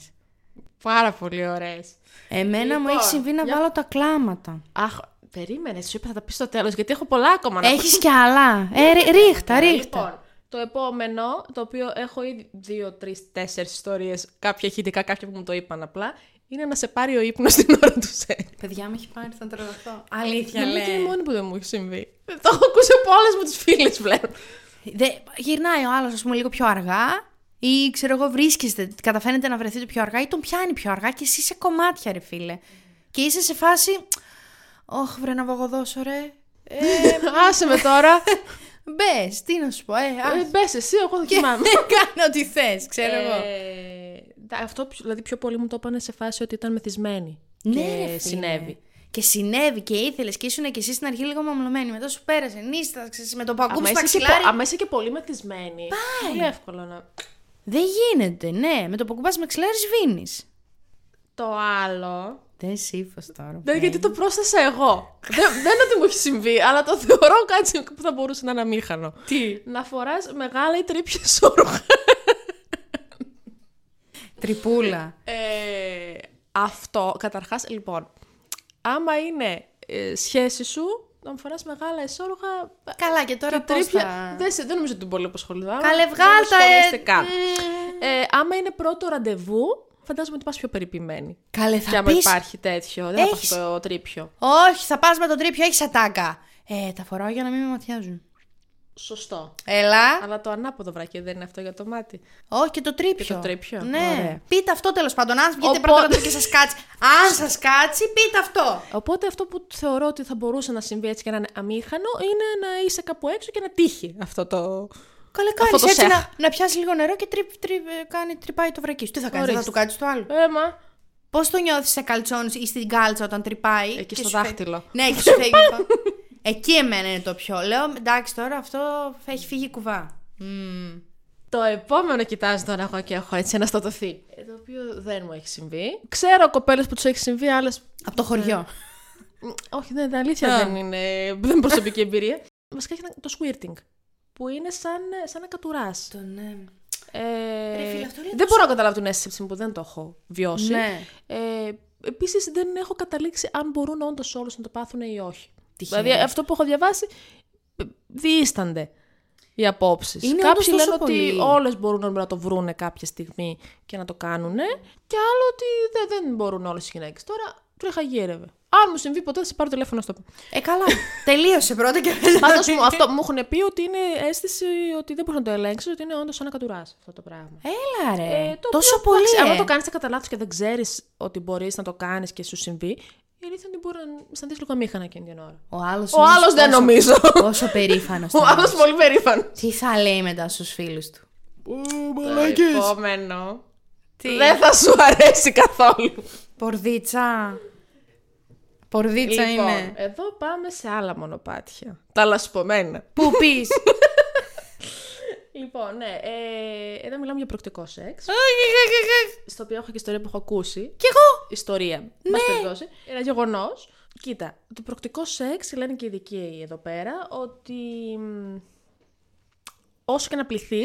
Speaker 1: Πάρα πολύ ωραίες.
Speaker 2: Εμένα μου έχει συμβεί να βάλω τα κλάματα.
Speaker 1: Αχ, περίμενε, σου είπα θα τα πεις στο τέλος, γιατί έχω πολλά ακόμα να πω.
Speaker 2: Έχει κι άλλα. Ε, ρί- ρίχτα, ρίχτα.
Speaker 1: Λοιπόν, το επόμενο, το οποίο έχω ήδη δύο, τρεις, τέσσερις ιστορίες, κάποια ηχητικά, κάποια που μου το είπαν απλά, είναι να σε πάρει ο ύπνος την ώρα του σεξ.
Speaker 2: Παιδιά, με έχει πάρει, θα τρελαθώ. Αλήθεια,
Speaker 1: Είναι και η μόνη που δεν μου έχει συμβεί. Ε, Το έχω ακούσει από όλες μου τις φίλες πλέον.
Speaker 2: Δε, γυρνάει ο άλλος, ας πούμε, λίγο πιο αργά. Ή ξέρω εγώ, βρίσκεστε, καταφέρετε να βρεθείτε πιο αργά ή τον πιάνει πιο αργά και εσύ σε κομμάτια, ρε φίλε. Και είσαι σε φάση. Ωχ, βρε να βαγοδώσω, ρε.
Speaker 1: Άσε με τώρα.
Speaker 2: Μπες, τι να σου πω, ε. α,
Speaker 1: Μπες εσύ, εγώ θα
Speaker 2: και
Speaker 1: κοιμάμαι.
Speaker 2: κάνε ό,τι θες, ξέρω εγώ.
Speaker 1: Ε, δα- Αυτό πιο- δηλαδή πιο πολύ μου το είπανε σε φάση ότι ήταν μεθυσμένη.
Speaker 2: Ναι, ρε,
Speaker 1: και
Speaker 2: φίλε.
Speaker 1: συνέβη.
Speaker 2: Και συνέβη και ήθελες και ήσουν και εσύ στην αρχή λίγο μαμλωμένη. Μετά σου πέρασε, νύσταξες με το παγκούμι
Speaker 1: Αμέσως και,
Speaker 2: στο μαξιλάρι.
Speaker 1: πο- άμα είσαι και πολύ μεθυσμένη. Πολύ εύκολο να.
Speaker 2: Δεν γίνεται, ναι. Με το παγκούμι στο μαξιλάρι σβήνεις.
Speaker 1: Το άλλο.
Speaker 2: Δεν σύφω τώρα.
Speaker 1: Ναι, γιατί το πρόσθεσα εγώ. δεν, δεν είναι ότι μου έχει συμβεί, αλλά το θεωρώ κάτι που θα μπορούσε να είναι αμήχανο.
Speaker 2: Τι.
Speaker 1: Να φοράς μεγάλα ή τρίπια όρουχα.
Speaker 2: Τριπούλα.
Speaker 1: Ε, αυτό, καταρχάς, λοιπόν. Άμα είναι ε, σχέση σου, να φοράς μεγάλα εσόρουχα.
Speaker 2: Καλά, και τώρα
Speaker 1: Και
Speaker 2: πώς
Speaker 1: τρίπια.
Speaker 2: θα...
Speaker 1: Δεν, σε- δεν νομίζω ότι τον πολύ απασχολεί.
Speaker 2: Καλέ,
Speaker 1: Δεν
Speaker 2: βγάλτα,
Speaker 1: ασχολείστε
Speaker 2: ε,
Speaker 1: καν.
Speaker 2: μμ.
Speaker 1: Ε, άμα είναι πρώτο ραντεβού, φαντάζομαι ότι πας πιο περιποιημένη.
Speaker 2: Καλέ,
Speaker 1: και
Speaker 2: θα
Speaker 1: άμα
Speaker 2: πεις...
Speaker 1: υπάρχει τέτοιο, δεν θα πας
Speaker 2: Έχεις-
Speaker 1: στο τρίπιο.
Speaker 2: Όχι, θα πας με τον τρίπιο, έχεις ατάκα. Ε, τα φοράω για να μην με ματιάζουν.
Speaker 1: Σωστό.
Speaker 2: Έλα.
Speaker 1: Αλλά το ανάποδο βρακί δεν είναι αυτό για το μάτι.
Speaker 2: Όχι, και το τρίπιο.
Speaker 1: Και το τρίπιο,
Speaker 2: Ναι.
Speaker 1: ωραία.
Speaker 2: Πείτε αυτό τέλος πάντων. Αν βγείτε
Speaker 1: Οπότε-
Speaker 2: πρώτο ραντεβού και σας κάτσει. Αν σας κάτσει, πείτε αυτό.
Speaker 1: Οπότε αυτό που θεωρώ ότι θα μπορούσε να συμβεί έτσι και να είναι αμήχανο είναι να είσαι κάπου έξω και να τύχει αυτό το.
Speaker 2: Καλέ,
Speaker 1: Αυτό
Speaker 2: κάνεις
Speaker 1: το
Speaker 2: έτσι
Speaker 1: σεχ.
Speaker 2: να, να πιάσεις λίγο νερό και τρυπ, τρυπ, ε, κάνει, τρυπάει το βρακί σου. Τι θα κάνεις, δεν θα
Speaker 1: Ορίστε.
Speaker 2: του κάτσει το άλλο.
Speaker 1: Έμα.
Speaker 2: Πώς το νιώθεις σε καλτσόν ή στην κάλτσα όταν τρυπάει.
Speaker 1: Εκεί
Speaker 2: και
Speaker 1: στο
Speaker 2: σου φεύγει-
Speaker 1: δάχτυλο.
Speaker 2: Ναι, εκεί σου φεύγει. το- Εκεί εμένα είναι το πιο. Λέω εντάξει τώρα αυτό θα έχει φύγει η κουβά. Μμμ.
Speaker 1: Το επόμενο κοιτάζω τώρα εγώ και έχω έτσι αναστατωθεί. Ε, Το οποίο δεν μου έχει συμβεί. Ξέρω κοπέλες που τους έχει συμβεί, άλλες.
Speaker 2: Από το
Speaker 1: Ναι.
Speaker 2: χωριό.
Speaker 1: Όχι, δεν είναι αλήθεια,
Speaker 2: Α.
Speaker 1: δεν είναι. Δεν είναι προσωπική εμπειρία. Βασικά έχει ένα- το squirting. Που είναι σαν, σαν να κατουράς.
Speaker 2: Το ναι.
Speaker 1: Ε,
Speaker 2: Ρε φίλε, αυτό είναι
Speaker 1: δεν μπορώ να καταλάβω την αίσθηση που δεν το έχω βιώσει.
Speaker 2: Ναι.
Speaker 1: Ε, Επίσης, δεν έχω καταλήξει αν μπορούν όντως όλους να το πάθουν ή όχι.
Speaker 2: Τυχαίο.
Speaker 1: Δηλαδή, αυτό που έχω διαβάσει, ε, διήστανται οι απόψεις.
Speaker 2: Είναι όντως
Speaker 1: Κάποιοι
Speaker 2: τόσο
Speaker 1: λένε ότι
Speaker 2: πολύ.
Speaker 1: όλες μπορούν να το βρούνε κάποια στιγμή και να το κάνουν, και άλλο ότι δε- δεν, μπορούν όλες οι γυναίκες. Τώρα τρώχα γύρευε. Αν μου συμβεί ποτέ, θα σε πάρω τηλέφωνο στο πω.
Speaker 2: Ε, καλά. Τελείωσε πρώτα και μετά.
Speaker 1: Πάντως αυτό μου έχουν πει ότι είναι αίσθηση ότι δεν μπορείς να το ελέγξεις, ότι είναι όντως σαν να κατουράς αυτό το πράγμα.
Speaker 2: Έλα ρε.
Speaker 1: Ε, το
Speaker 2: Τόσο
Speaker 1: οποίο,
Speaker 2: πολύ.
Speaker 1: εντάξει,
Speaker 2: ε.
Speaker 1: Άμα το κάνεις κατά λάθο και δεν ξέρεις ότι μπορείς να το κάνεις και σου συμβεί, η αλήθεια είναι ότι μπορεί να αισθανθείς λίγο αμήχανα εκείνη την ώρα.
Speaker 2: Ο άλλος.
Speaker 1: Ο άλλος δεν νομίζω.
Speaker 2: Πόσο περήφανος.
Speaker 1: Ο άλλο πολύ περήφανος.
Speaker 2: Τι θα λέει μετά στους φίλους του.
Speaker 1: Επόμενο. Δεν θα σου αρέσει καθόλου.
Speaker 2: Πορδίτσα. Πορδίτσα
Speaker 1: Λοιπόν,
Speaker 2: είναι.
Speaker 1: εδώ πάμε σε άλλα μονοπάτια. Τα λασπωμένα.
Speaker 2: Πού πεις.
Speaker 1: Λοιπόν, ναι, ε, εδώ μιλάμε για προκτικό σεξ. Στο οποίο έχω και ιστορία που έχω ακούσει.
Speaker 2: Κι εγώ.
Speaker 1: ιστορία. Ναι. Μας περιπτώσει. Ένα γεγονός. Κοίτα, το προκτικό σεξ, λένε και οι ειδικοί εδώ πέρα, ότι μ, όσο και να πληθείς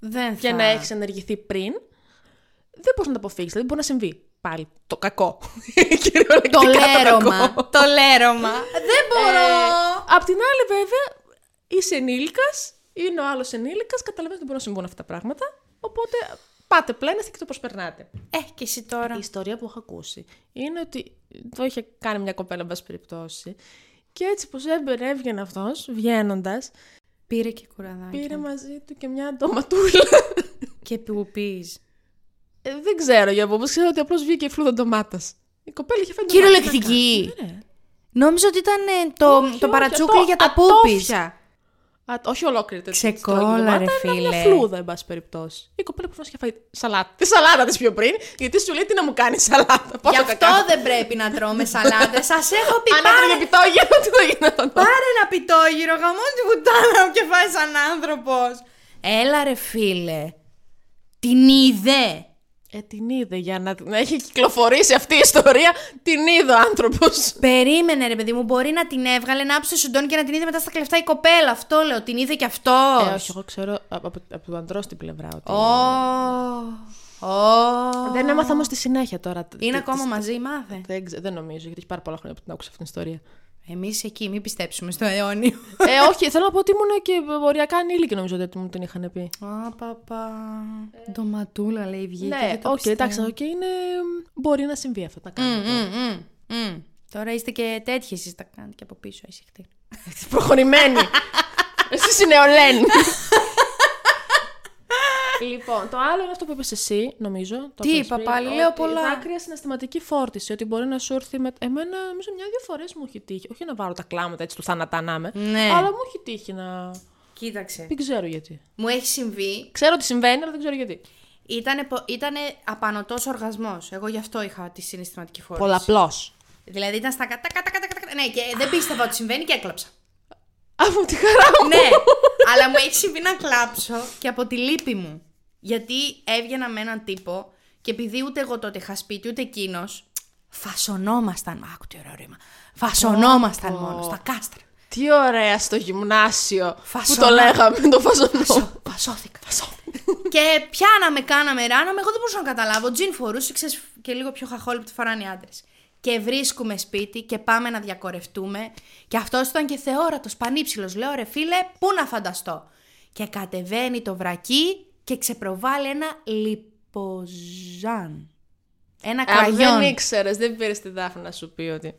Speaker 2: Δεν
Speaker 1: και
Speaker 2: θα.
Speaker 1: να έχεις ενεργηθεί πριν, δεν μπορείς να το αποφύγεις. Δηλαδή μπορεί να συμβεί πάλι το κακό. Κυριολεκτικά
Speaker 2: Το λέρωμα.
Speaker 1: κακό.
Speaker 2: το λέρωμα. Δεν μπορώ.
Speaker 1: Ε, απ' την άλλη, βέβαια, είσαι ενήλικας, είναι ο άλλος ενήλικας, καταλαβαίνετε ότι δεν μπορούν να συμβούν αυτά τα πράγματα. Οπότε πάτε, πλένεστε και το προσπερνάτε.
Speaker 2: Ε, και εσύ τώρα.
Speaker 1: Η ιστορία που έχω ακούσει είναι ότι το είχε κάνει μια κοπέλα, εν πάση περιπτώσει. Και έτσι πως έμπαινε, έβγαινε αυτός, βγαίνοντας,
Speaker 2: Πήρε και κουραδάκι.
Speaker 1: πήρε μαζί του και μια ντοματούλα.
Speaker 2: Και πουπείς.
Speaker 1: Ε, δεν ξέρω για πού, ξέρω ότι απλώς βγήκε η φλούδα ντομάτας. Η κοπέλα είχε φάει
Speaker 2: Κυριολεκτική.
Speaker 1: ντομάτα. Ναι, ρε.
Speaker 2: Νόμιζα ότι ήταν ε, το,
Speaker 1: Όχι,
Speaker 2: το
Speaker 1: όχι,
Speaker 2: παρατσούκλι
Speaker 1: ατό-
Speaker 2: για τα πούπης.
Speaker 1: ατόφια. Α, όχι ολόκληρη τέτοια. δηλαδή,
Speaker 2: Ξεκόλα, ρε
Speaker 1: Μια
Speaker 2: φίλε.
Speaker 1: φλούδα, εν πάση περιπτώσει. Η κοπέλα προφανώς είχε φάει σαλάτα. Τη σαλάτα της πιο πριν, γιατί σου λέει τι να μου κάνει σαλάτα. Πόσο
Speaker 2: Γι' αυτό
Speaker 1: κακά.
Speaker 2: δεν πρέπει να τρώμε σαλάτες. Σας έχω πει
Speaker 1: Αν
Speaker 2: πάρε,
Speaker 1: έτρωγε επιτόγια, τι θα γινόταν.
Speaker 2: πάρε ένα πιτόγυρο. Γαμών τη βουτάνα μου και φάει σαν άνθρωπος. Έλα ρε φίλε. Την είδε.
Speaker 1: Ε, την είδε για να, να έχει κυκλοφορήσει αυτή η ιστορία. Την είδε ο άνθρωπος.
Speaker 2: Περίμενε ρε παιδί μου, μπορεί να την έβγαλε να άψε σουντόν και να την είδε μετά στα κλεφτά η κοπέλα. Αυτό λέω, την είδε κι αυτός.
Speaker 1: Ε, όχι, εγώ ξέρω από, από, από τον αντρός την πλευρά ότι. Δεν έμαθα όμως τη συνέχεια τώρα.
Speaker 2: Είναι
Speaker 1: Τι-
Speaker 2: ακόμα
Speaker 1: τις-
Speaker 2: μαζί, μάθε.
Speaker 1: Δεν, ξε- δεν νομίζω, γιατί έχει πάρα πολλά χρόνια που την άκουσα αυτή την ιστορία.
Speaker 2: Εμείς εκεί, μην πιστέψουμε στο αιώνιο.
Speaker 1: ε, όχι, θέλω να πω ότι ήμουν και οριακά ανήλικη νομίζω ότι μου την είχαν πει.
Speaker 2: Α, παπα. Ντοματούλα Ε. λέει βγήκε.
Speaker 1: Ναι,
Speaker 2: δεν το
Speaker 1: όχι,
Speaker 2: πιστεύω.
Speaker 1: εντάξει, οκ, είναι. Μπορεί να συμβεί αυτό. Τα
Speaker 2: Μμ,
Speaker 1: κάνω.
Speaker 2: μμ, μμ, μμ. Τώρα είστε και τέτοιε, εσείς τα κάνετε και από πίσω, εσύ χτύπη.
Speaker 1: Προχωρημένη. Εσύ είναι ολέν. λοιπόν, το άλλο είναι αυτό που είπες εσύ, νομίζω. Το
Speaker 2: Τι
Speaker 1: είπες
Speaker 2: είπα
Speaker 1: πριν,
Speaker 2: πάλι,
Speaker 1: ότι
Speaker 2: λέω πολλά.
Speaker 1: Δάκρυα συναισθηματική φόρτιση, ότι μπορεί να σου έρθει. Με... Εμένα, νομίζω, μια-δύο φορές μου έχει τύχει. Όχι να βάλω τα κλάματα έτσι του θάνατά να είμαι,
Speaker 2: Ναι.
Speaker 1: αλλά μου έχει τύχει να.
Speaker 2: Κοίταξε.
Speaker 1: Δεν ξέρω γιατί.
Speaker 2: Μου έχει συμβεί.
Speaker 1: Ξέρω ότι συμβαίνει, αλλά δεν ξέρω γιατί.
Speaker 2: Ήτανε, πο- ήτανε απανοτός οργασμός. Εγώ γι' αυτό είχα τη συναισθηματική φόρτιση.
Speaker 1: Πολλαπλώ.
Speaker 2: Δηλαδή ήταν στα κατά, κατά, κατά, κατά. Ναι, και δεν πίστευα ότι συμβαίνει και έκλαψα.
Speaker 1: Από τη χαρά μου.
Speaker 2: ναι, αλλά μου έχει συμβεί να κλάψω και από τη λύπη μου. Γιατί έβγαινα με έναν τύπο και επειδή ούτε εγώ τότε είχα σπίτι, ούτε εκείνος. Φασωνόμασταν. Άκου τι ωραίο ρήμα. Φασωνόμασταν μόνο στα κάστρα.
Speaker 1: Τι ωραία στο γυμνάσιο. Που το
Speaker 2: Φασόνα.
Speaker 1: λέγαμε, το φασονό.
Speaker 2: Φασώ- Φασώθηκα. και πιάναμε, κάναμε, ράναμε. Εγώ δεν μπορούσα να καταλάβω. Τζιν φορούσε, ξέρεις, και λίγο πιο χαχόλυπτη φοράνε οι άντρες. Και βρίσκουμε σπίτι και πάμε να διακορευτούμε. Και αυτός ήταν και θεόρατος, πανύψηλος. Λέω ρε φίλε, πού να φανταστώ. Και κατεβαίνει το βρακί και ξεπροβάλλει ένα λιποζάν. Ένα
Speaker 1: Ε, Αν δεν
Speaker 2: κραγιόν.
Speaker 1: ήξερες, δεν πήρες τη Δάφνη να σου πει ότι.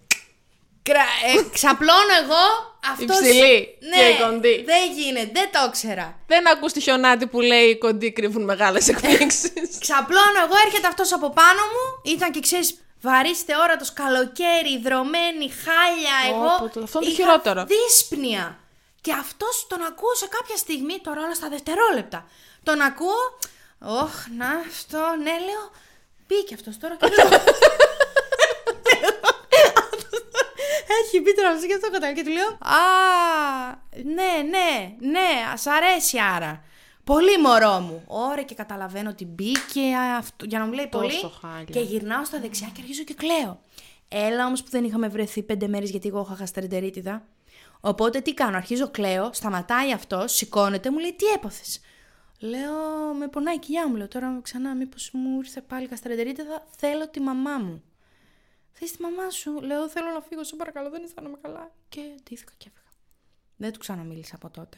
Speaker 2: Κρα... ε, ξαπλώνω εγώ αυτός.
Speaker 1: Υψηλή και κοντή.
Speaker 2: Δεν γίνεται, δεν το ήξερα.
Speaker 1: Δεν ακούς τη χιονάτη που λέει οι κοντοί κρύβουν μεγάλες εκπλήξεις.
Speaker 2: Ξαπλώνω εγώ, έρχεται αυτός από πάνω μου. Ήταν και ξέρεις, βαρύ θεόρατο, καλοκαίρι, δρομένη, χάλια.
Speaker 1: Ω, πω,
Speaker 2: Εγώ.
Speaker 1: το- αυτό είναι το
Speaker 2: είχα
Speaker 1: χειρότερο.
Speaker 2: Δύσπνοια. Και αυτός τον ακούω σε κάποια στιγμή, τώρα όλα στα δευτερόλεπτα. Τον ακούω. Ωχ, να αυτό, ναι, λέω. Μπήκε αυτός τώρα και λέω. Έχει μπει τώρα αυτός και αυτό κατάλαβε και του λέω Α, ναι, ναι, ναι, σ' αρέσει άρα. Πολύ μωρό μου. Ωραία και καταλαβαίνω ότι μπήκε αυτό, για να μου λέει
Speaker 1: Τόσο
Speaker 2: πολύ.
Speaker 1: χάλια.
Speaker 2: Και γυρνάω στα δεξιά και αρχίζω και κλαίω. Έλα όμως που δεν είχαμε βρεθεί πέντε μέρες γιατί εγώ είχα χαστερντερίτιδα. Οπότε τι κάνω, αρχίζω κλαίω, σταματάει αυτό, σηκώνεται, μου λέει τι έπαθες. Λέω, με πονάει η κοιλιά μου, λέω τώρα ξανά, μήπως μου ήρθε πάλι καστρεντερίτιδα, θέλω τη μαμά μου. Θες τη μαμά σου. Λέω: Θέλω να φύγω, σε παρακαλώ, δεν αισθάνομαι καλά. Και ντύθηκα και έφυγα. Δεν του ξαναμίλησα από τότε.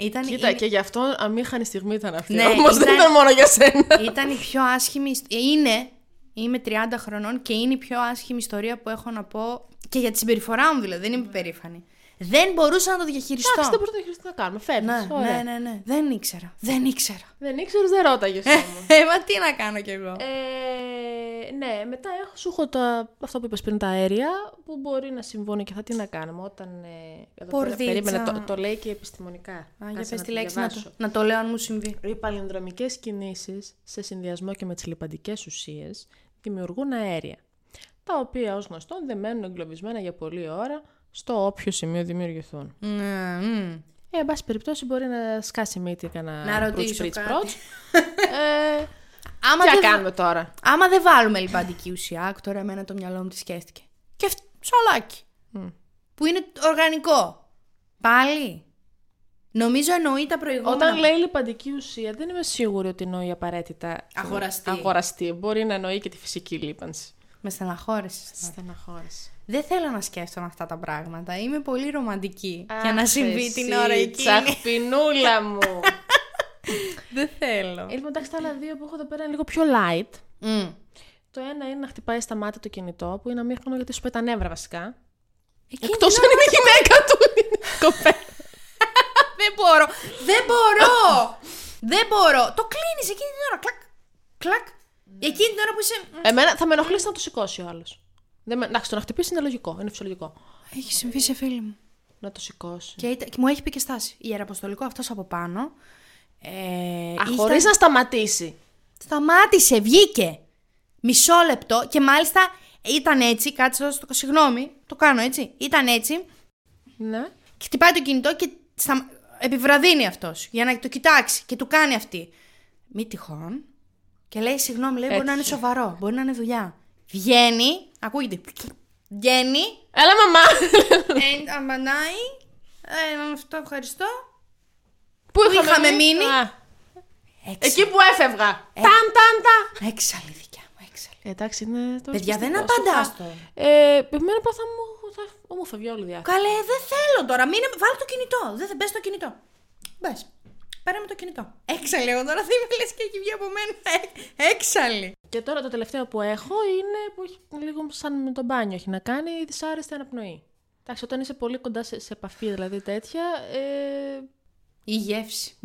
Speaker 2: Ήταν,
Speaker 1: Κοίτα,
Speaker 2: είναι-
Speaker 1: και γι' αυτό αμήχανη στιγμή ήταν αυτή.
Speaker 2: Ναι,
Speaker 1: Όμως δεν
Speaker 2: ήταν-
Speaker 1: ήταν μόνο για σένα.
Speaker 2: ήταν η πιο άσχημη. ιστο- Είναι, είμαι 30 χρονών και είναι η πιο άσχημη ιστορία που έχω να πω. Και για τη συμπεριφορά μου δηλαδή, δεν είμαι περήφανη. Δεν μπορούσα να το διαχειριστώ.
Speaker 1: Ναι. Εντάξει, δεν μπορούσα να χειριστεί να κάνουμε.
Speaker 2: ναι,
Speaker 1: Φεύγεις,
Speaker 2: ναι,
Speaker 1: ωραία.
Speaker 2: ναι, ναι. Δεν ήξερα. Δεν ήξερα.
Speaker 1: Δεν ήξερες, δεν ρώταγες όμως.
Speaker 2: Ε, μα τι να κάνω κι εγώ.
Speaker 1: Ε, ναι, μετά έχω, σου έχω τα, αυτό που είπες πριν, τα αέρια, που μπορεί να συμβούν και θα τι να κάνουμε όταν... Ε, εδώ πέρα
Speaker 2: Πορδίτσα.
Speaker 1: περίμενε, το, το λέει και επιστημονικά.
Speaker 2: Α, για
Speaker 1: Κάτσε
Speaker 2: πες
Speaker 1: να
Speaker 2: τη
Speaker 1: το
Speaker 2: λέξη να
Speaker 1: διαβάσω.
Speaker 2: το, να το λέω αν μου συμβεί.
Speaker 1: Οι παλινδρομικές κινήσεις σε συνδυασμό και με τις λιπαντικές ουσίες δημιουργούν αέρια, τα οποία ως γνωστόν δεν μένουν εγκλωβισμένα για πολλή ώρα στο όποιο σημείο δημιουργηθούν.
Speaker 2: Ναι, μμ.
Speaker 1: Ε, εν πάση περιπτώσει μπορεί να σκάσει μύτη κανένα
Speaker 2: Να
Speaker 1: προύτς,
Speaker 2: ρωτήσω
Speaker 1: πρίτς,
Speaker 2: κάτι.
Speaker 1: πρότς. ε,
Speaker 2: Άμα
Speaker 1: τι να
Speaker 2: δεν-
Speaker 1: κάνουμε τώρα.
Speaker 2: Άμα δεν βάλουμε λιπαντική ουσία, άκου τώρα εμένα το μυαλό μου τη σκέφτηκε. Και φ- σαλάκι. Που είναι οργανικό. Πάλι. Νομίζω εννοεί τα προηγούμενα.
Speaker 1: Όταν λέει λιπαντική ουσία, δεν είμαι σίγουρη ότι εννοεί απαραίτητα
Speaker 2: Αγοραστή.
Speaker 1: αγοραστή. Μπορεί να εννοεί και τη φυσική λίπανση.
Speaker 2: Με στεναχώρησες.
Speaker 1: Στεναχώρηση.
Speaker 2: Δεν θέλω να σκέφτομαι αυτά τα πράγματα. Είμαι πολύ ρομαντική. για να συμβεί την ώρα εκείνη.
Speaker 1: Τσαχπινούλα μου.
Speaker 2: Δεν θέλω.
Speaker 1: Ε, Λοιπόν, εντάξει, τα άλλα δύο που έχω εδώ πέρα είναι λίγο πιο light.
Speaker 2: Μμ.
Speaker 1: Το ένα είναι να χτυπάει στα μάτια το κινητό, που είναι αμήχανο γιατί σου πετάει τα νεύρα βασικά.
Speaker 2: Εκείνη
Speaker 1: Εκτό αν είναι η γυναίκα του. είναι κοπέλα.
Speaker 2: Δεν μπορώ. Δεν μπορώ. δεν μπορώ. Το κλείνεις εκείνη την ώρα. Κλακ. Κλακ. Εκείνη την ώρα που είσαι.
Speaker 1: Εμένα θα με ενοχλήσει να το σηκώσει ο άλλος. Εντάξει, το να χτυπήσει είναι λογικό, είναι φυσιολογικό.
Speaker 2: Έχει συμβεί σε φίλη μου.
Speaker 1: να το σηκώσει.
Speaker 2: Και, ήταν- και μου έχει πει και στάση. Ιεραποστολικό αυτός από πάνω. Ε,
Speaker 1: Α,
Speaker 2: ήταν-
Speaker 1: χωρίς να σταματήσει.
Speaker 2: Σταμάτησε, βγήκε. Μισό λεπτό και μάλιστα ήταν έτσι. Κάτσε εδώ στο. Συγγνώμη, το κάνω έτσι. Ήταν έτσι.
Speaker 1: Ναι.
Speaker 2: Και χτυπάει το κινητό και στα... επιβραδύνει αυτός για να το κοιτάξει και του κάνει αυτή. Μη τυχόν. Και λέει: Συγγνώμη, λέει, μπορεί να είναι
Speaker 1: Έτυχε.
Speaker 2: σοβαρό, μπορεί να είναι δουλειά. Βγαίνει, ακούγεται. Βγαίνει,
Speaker 1: Έλα, μαμά!
Speaker 2: and αμπανάει. Ε, αυτό ευχαριστώ.
Speaker 1: Πού
Speaker 2: είχαμε μείνει?
Speaker 1: Α,
Speaker 2: Έξαλλη.
Speaker 1: εκεί που έφευγα. Ταν, ταν, ταν.
Speaker 2: Έξαλλη δικιά μου, έξαλλη.
Speaker 1: Ε- Εντάξει, είναι το.
Speaker 2: Παιδιά, δεν
Speaker 1: ευτυχώς.
Speaker 2: απαντά
Speaker 1: Σωστά.
Speaker 2: τώρα.
Speaker 1: Ε, εμένα απλά θα μου, θα, μου φεύγει όλη η διάθεση.
Speaker 2: Καλέ, δεν θέλω τώρα. Μείνε, βάλ το κινητό. Δεν θα μπες στο κινητό. Μπες. Πάρε με το κινητό. Έξαλλη, εγώ τώρα θύμη λες και έχει βγει από μένα. Ε, Έξαλλη.
Speaker 1: Και τώρα το τελευταίο που έχω είναι που έχει λίγο σαν με το μπάνιο. Έχει να κάνει η δυσάρεστη αναπνοή. Εντάξει, όταν είσαι πολύ κοντά σε, σε επαφή, δηλαδή τέτοια. Ε,
Speaker 2: Η γεύση.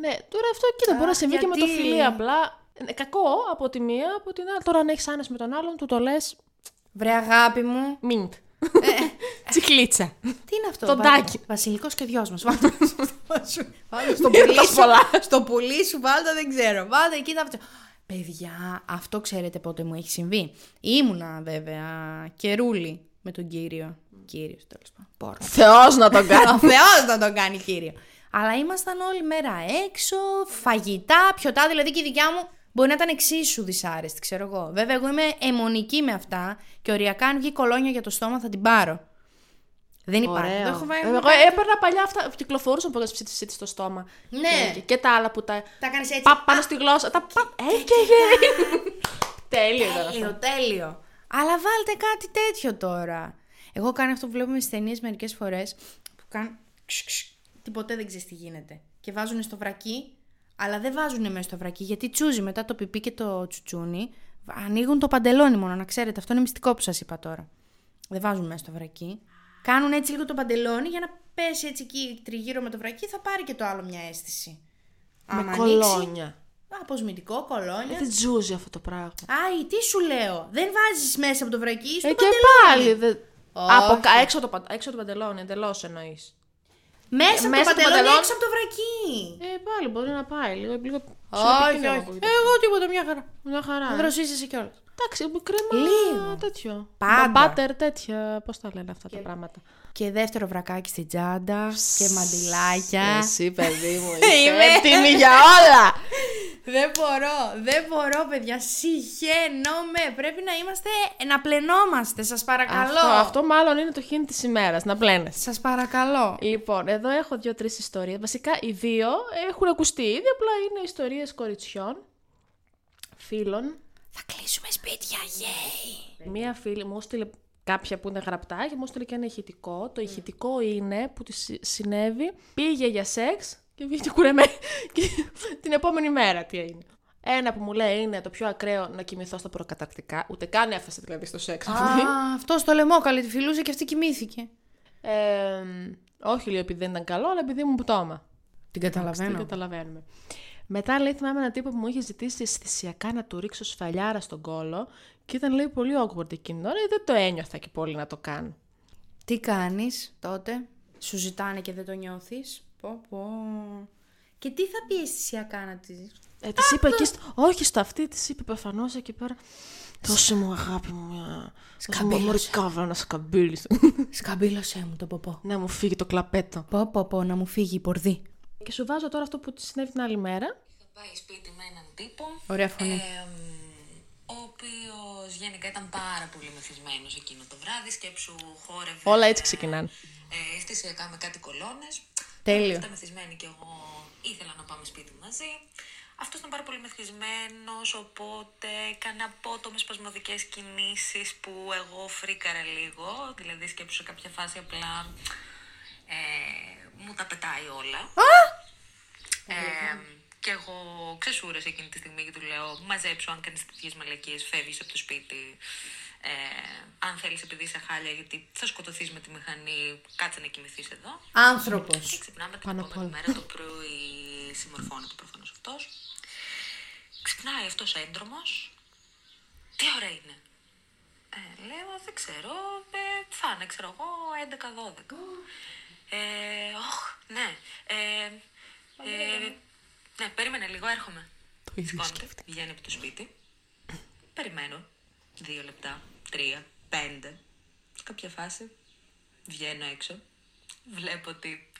Speaker 1: ναι, τώρα αυτό κοίτα, μπορεί να
Speaker 2: Αχ,
Speaker 1: συμβεί και με το
Speaker 2: γιατί?
Speaker 1: φιλί απλά. Ε, κακό από τη μία, από την άλλη. Τώρα, αν έχεις άνεση με τον άλλον, του το λες
Speaker 2: Βρε αγάπη μου.
Speaker 1: μιντ. Ε. Τσικλίτσα.
Speaker 2: Τι είναι αυτό,
Speaker 1: Το
Speaker 2: Βα-
Speaker 1: ντάκι.
Speaker 2: Βασιλικός και δυος μας. Βάλτε στο
Speaker 1: Είναι
Speaker 2: πουλί
Speaker 1: τα
Speaker 2: σου.
Speaker 1: πολλά.
Speaker 2: Στο πουλί σου βάλτε, δεν ξέρω. Βάλτε εκεί τα αυτιά. Παιδιά, αυτό ξέρετε πότε μου έχει συμβεί. Ήμουνα βέβαια καιρούλη με τον κύριο. Κύριος τέλος πάντων. Πόρο.
Speaker 1: Θεός να τον κάνω.
Speaker 2: Ο Θεός να τον κάνει κύριο. Αλλά ήμασταν όλη μέρα έξω, φαγητά, πιωτά. Δηλαδή και η δικιά μου μπορεί να ήταν εξίσου δυσάρεστη, ξέρω εγώ. Βέβαια, εγώ είμαι αιμονική με αυτά και οριακά αν βγει κολόνια για το στόμα θα την πάρω. Δεν υπάρχει.
Speaker 1: Ωραίο.
Speaker 2: Το έχω βάλει-
Speaker 1: Ε, Εγώ έπαιρνα παλιά αυτά. Κυκλοφορούσαν που έκανες ψήτη στο στόμα.
Speaker 2: Ναι.
Speaker 1: Και, και τα άλλα που τα.
Speaker 2: Τα κάνεις έτσι.
Speaker 1: Πα, πάνω στη γλώσσα. Τα πα. Έκαιγε. Τέλειο ήταν αυτό.
Speaker 2: Τέλειο, τέλειο. Αλλά βάλτε κάτι τέτοιο τώρα. Εγώ κάνω αυτό που βλέπουμε στι ταινίες μερικές φορές. Που κάνουν. ξ, ξ, Τι ποτέ δεν ξέρεις τι γίνεται. Και βάζουν στο βρακί, αλλά δεν βάζουν μέσα στο βρακί γιατί τσούζει μετά το πιπί και το τσουτσούνι. Ανοίγουν το παντελόνι μόνο, να ξέρετε. Αυτό είναι μυστικό που σας είπα τώρα. Δεν βάζουν μέσα στο βρακί. Κάνουν έτσι λίγο το παντελόνι για να πέσει έτσι εκεί τριγύρω με το βρακί, θα πάρει και το άλλο μια αίσθηση.
Speaker 1: Με
Speaker 2: Άμα ανοίξει,
Speaker 1: κολόνια.
Speaker 2: Αποσμητικό, κολόνια.
Speaker 1: Ε, Δεν τζούζει αυτό το πράγμα.
Speaker 2: Άι, τι σου λέω. Δεν βάζεις μέσα από το βρακί στο
Speaker 1: Ε, και
Speaker 2: παντελόνι.
Speaker 1: πάλι. Δε...
Speaker 2: Όχι.
Speaker 1: Από κα- έξω το, παν- έξω το παντελόνι, εντελώς εννοείς.
Speaker 2: Μέσα, από το
Speaker 1: μέσα από το
Speaker 2: παντελόνι,
Speaker 1: παντελόνι.
Speaker 2: έξω από το βρακί.
Speaker 1: Ε, πάλι μπορεί να πάει λίγο. λίγο
Speaker 2: Όχι,
Speaker 1: συνεπικίνδυνο
Speaker 2: όχι.
Speaker 1: ακούγεται.
Speaker 2: Εγώ τίποτα, μια χαρά.
Speaker 1: Μια χαρά. ε.
Speaker 2: Δροσίζεσαι κιόλας.
Speaker 1: Εντάξει, μου κρέμα
Speaker 2: Λίγο.
Speaker 1: τέτοιο.
Speaker 2: Πάντα.
Speaker 1: Μπάτερ τέτοια. Πώς τα λένε αυτά τα πράγματα.
Speaker 2: Και δεύτερο βρακάκι στην τσάντα και μαντιλάκια.
Speaker 1: Εσύ, παιδί μου,
Speaker 2: Είμαι.
Speaker 1: είσαι έτοιμη για όλα.
Speaker 2: Δεν μπορώ, δεν μπορώ, παιδιά. Συγχαίρομαι. Πρέπει να είμαστε, να πλενόμαστε. Σας παρακαλώ.
Speaker 1: Αυτό, αυτό μάλλον είναι το χίνι της ημέρας, να πλένεσαι.
Speaker 2: Σας παρακαλώ.
Speaker 1: Λοιπόν, εδώ έχω δύο-τρει ιστορίες. Βασικά οι δύο έχουν ακουστεί ήδη, απλά είναι ιστορίες κοριτσιών, φίλων.
Speaker 2: Θα κλείσουμε σπίτια, γέι.
Speaker 1: Μία φίλη μου έστειλε κάποια που είναι γραπτά και μου έστειλε και ένα ηχητικό. Το ηχητικό είναι που τη συ- συνέβη, πήγε για σεξ και βγήκε κουρεμένη. Και την επόμενη μέρα τι έγινε. Ένα που μου λέει είναι το πιο ακραίο να κοιμηθώ στα προκαταρκτικά. Ούτε καν έφτασε δηλαδή στο σεξ αυτή.
Speaker 2: Α, αυτό στο λαιμό, καλή τη φιλούσε και αυτή κοιμήθηκε.
Speaker 1: Ε, όχι λέει επειδή δεν ήταν καλό, αλλά επειδή μου πτώμα.
Speaker 2: Την
Speaker 1: Δεν καταλαβαίνουμε. Μετά λέει, θυμάμαι έναν τύπο που μου είχε ζητήσει αισθησιακά να του ρίξω σφαλιάρα στον κόλο και ήταν λέει πολύ awkward εκείνη την ώρα, Ε, δεν το ένιωθα και πολύ να το κάνω.
Speaker 2: Τι κάνεις τότε, σου ζητάνε και δεν το νιώθεις. Πω πω. Και τι θα πεις αισθησιακά να της
Speaker 1: Ε, της είπα εκεί, στο- όχι στο αυτή, της είπε προφανώς εκεί πέρα. Δώσε μου αγάπη μου μια.
Speaker 2: Σκαμπύλωσε.
Speaker 1: Σκαμπίλωσε. να σκαμπύλησε.
Speaker 2: Σκαμπύλωσέ μου το ποπό.
Speaker 1: να μου φύγει το κλαπέτο.
Speaker 2: Πω πω πω, να μου φύγει η πορδή.
Speaker 1: Και σου βάζω τώρα αυτό που της συνέβη την άλλη μέρα.
Speaker 4: Είχα πάει σπίτι με έναν τύπο.
Speaker 2: Ωραία φωνή.
Speaker 4: εμ, ο οποίος γενικά ήταν πάρα πολύ μεθυσμένος εκείνο το βράδυ. Σκέψου χόρευε.
Speaker 1: Όλα έτσι ξεκινάνε.
Speaker 4: Ε, αισθησιακά με κάτι κολόνες.
Speaker 2: Τέλειο.
Speaker 4: Ήταν μεθυσμένη και εγώ ήθελα να πάμε σπίτι μαζί. Αυτός ήταν πάρα πολύ μεθυσμένος, οπότε έκανε απότομες σπασμωδικές κινήσεις που εγώ φρίκαρα λίγο. Δηλαδή, σκέψου σε κάποια φάση απλά ε, μου τα πετάει όλα. Ε, και εγώ ξεσούρες εκείνη τη στιγμή και του λέω μαζέψου αν κάνεις τέτοιες μαλακίες φεύγεις από το σπίτι ε, αν θέλεις επειδή είσαι χάλια γιατί θα σκοτωθείς με τη μηχανή κάτσε να κοιμηθείς εδώ
Speaker 2: Άνθρωπος.
Speaker 4: και ξυπνάμε την επόμενη μέρα το πρωί συμμορφώνεται προφανώς αυτός ξυπνάει αυτός έντρομος τι ώρα είναι Ε, λέω, δεν ξέρω, ε, θα είναι, ξέρω εγώ, 11-12. Ε, οχ, ναι. Ε, ε, ναι, περίμενε λίγο, έρχομαι.
Speaker 1: Το ίδιο
Speaker 4: Σηκώνεται, βγαίνει Λοιπόν, από το σπίτι. Περιμένω. Δύο λεπτά, τρία, πέντε. Σε Κάποια φάση βγαίνω έξω. Βλέπω ότι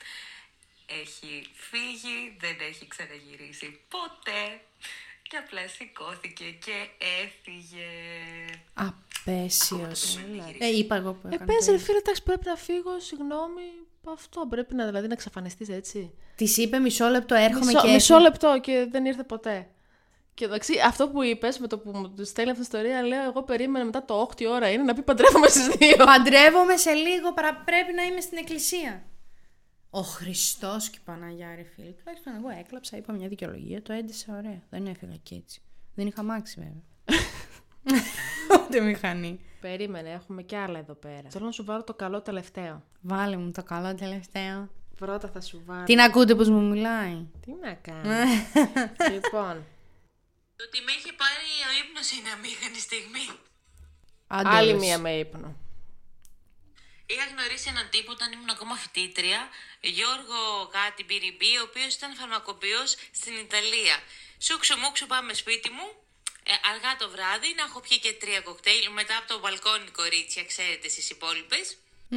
Speaker 4: έχει φύγει, δεν έχει ξαναγυρίσει ποτέ. Και απλά σηκώθηκε και έφυγε.
Speaker 2: Απέσιος. Ε, είπα εγώ που
Speaker 1: Ε,
Speaker 2: έκανα.
Speaker 1: πες ρε φίλε, εντάξει, πρέπει να φύγω, συγγνώμη. Αυτό πρέπει να, δηλαδή, να εξαφανιστείς έτσι.
Speaker 2: Της είπε μισό λεπτό, έρχομαι
Speaker 1: Μισό,
Speaker 2: και.
Speaker 1: μισό
Speaker 2: έρχομαι.
Speaker 1: λεπτό και δεν ήρθε ποτέ. Και εντάξει, αυτό που είπες με το που μου τους στέλνει αυτή την ιστορία, λέω εγώ περίμενα μετά το 8 η ώρα είναι να πει παντρεύομαι στις δύο.
Speaker 2: Παντρεύομαι σε λίγο, παρα... πρέπει να είμαι στην εκκλησία. Ο Χριστός και η Παναγιά, ρε φίλε. Τουλάχιστον εγώ έκλαψα, είπα μια δικαιολογία, το έντυσα ωραία. Δεν έφυγα και έτσι. Δεν είχα μάξει, βέβαια. Ούτε μηχανή.
Speaker 1: Περίμενε, έχουμε κι άλλα εδώ πέρα. Θέλω να σου βάλω το καλό τελευταίο.
Speaker 2: Βάλε μου το καλό τελευταίο.
Speaker 1: Πρώτα θα σου βάλω.
Speaker 2: Τι να ακούτε πως μου μιλάει.
Speaker 1: Τι να κάνω. λοιπόν.
Speaker 4: Το ότι με είχε πάρει ο ύπνος είναι αμήχανη στιγμή.
Speaker 2: Άντε
Speaker 1: Άλλη
Speaker 2: όλες.
Speaker 1: μία με ύπνο.
Speaker 4: Είχα γνωρίσει έναν τύπο όταν ήμουν ακόμα φοιτήτρια, Γιώργο Γάτι Μπυριμπή, ο οποίος ήταν φαρμακοποιός στην Ιταλία. Σούξου μουξου πάμε σπίτι μου, ε, αργά το βράδυ, να έχω πιει και τρία κοκτέιλ μετά από το μπαλκόνι, κορίτσια, ξέρετε εσείς οι υπόλοιπες.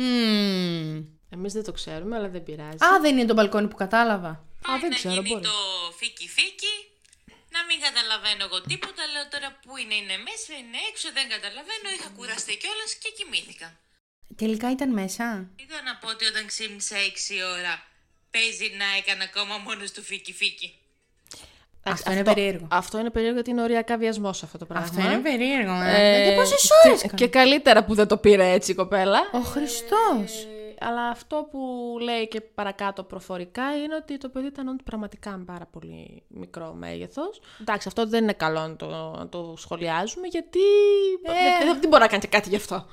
Speaker 2: Μμμ.
Speaker 1: Εμείς δεν το ξέρουμε, αλλά δεν πειράζει.
Speaker 2: Α, δεν είναι το μπαλκόνι που κατάλαβα.
Speaker 1: Α, δεν
Speaker 4: να
Speaker 1: ξέρω,
Speaker 4: γίνει
Speaker 1: μπορεί.
Speaker 4: το φίκι φίκι, να μην καταλαβαίνω εγώ τίποτα. Λέω τώρα που είναι, είναι μέσα, είναι έξω, δεν καταλαβαίνω. Είχα κουραστεί κιόλας και κοιμήθηκα.
Speaker 2: Τελικά ήταν μέσα.
Speaker 4: Είδα να πω ότι όταν ξύπνησα 6 ώρα, παίζει να έκανε ακόμα μόνος του φίκι φίκι.
Speaker 1: Εντάξει,
Speaker 2: Αυτό είναι περίεργο.
Speaker 1: Αυτό είναι περίεργο γιατί είναι οριακά βιασμός αυτό το πράγμα.
Speaker 2: Αυτό είναι περίεργο.
Speaker 1: Ε,
Speaker 2: Ε, και πόσες
Speaker 1: τι-
Speaker 2: ώρες
Speaker 1: Και καλύτερα που δεν το πήρε έτσι η κοπέλα.
Speaker 2: Ο Χριστός.
Speaker 1: Ε, αλλά αυτό που λέει και παρακάτω προφορικά είναι ότι το παιδί ήταν όντως πραγματικά με πάρα πολύ μικρό μέγεθος. Εντάξει, αυτό δεν είναι καλό να το, να το σχολιάζουμε γιατί.
Speaker 2: Ε.
Speaker 1: Δεν, δεν μπορεί να κάνει και κάτι γι' αυτό.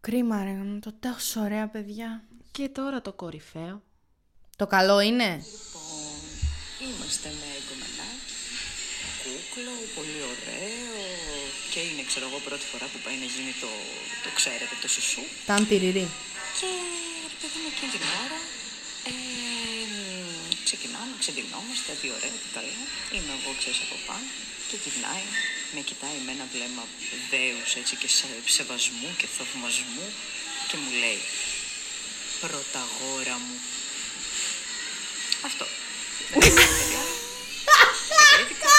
Speaker 2: Κρίμα ρε, μου το τόσο ωραία παιδιά.
Speaker 1: Και τώρα το κορυφαίο.
Speaker 2: Το καλό είναι.
Speaker 5: Είμαστε με εγκομενάκι, κούκλο, πολύ ωραίο και είναι ξέρω εγώ πρώτη φορά που πάει να γίνει το, το ξέρετε το σουσού
Speaker 2: Ταν τυριρή.
Speaker 5: και ρε παιδί μου εκείνη την ώρα ε, ξεκινάμε, ξεντυνόμαστε, τι ωραία, τι καλά είμαι εγώ ξέρεις από πάνω και γυρνάει, με κοιτάει με ένα βλέμμα δέους έτσι και σε, σεβασμού και θαυμασμού και μου λέει πρωταγόρα μου αυτό. Κατέβηκα,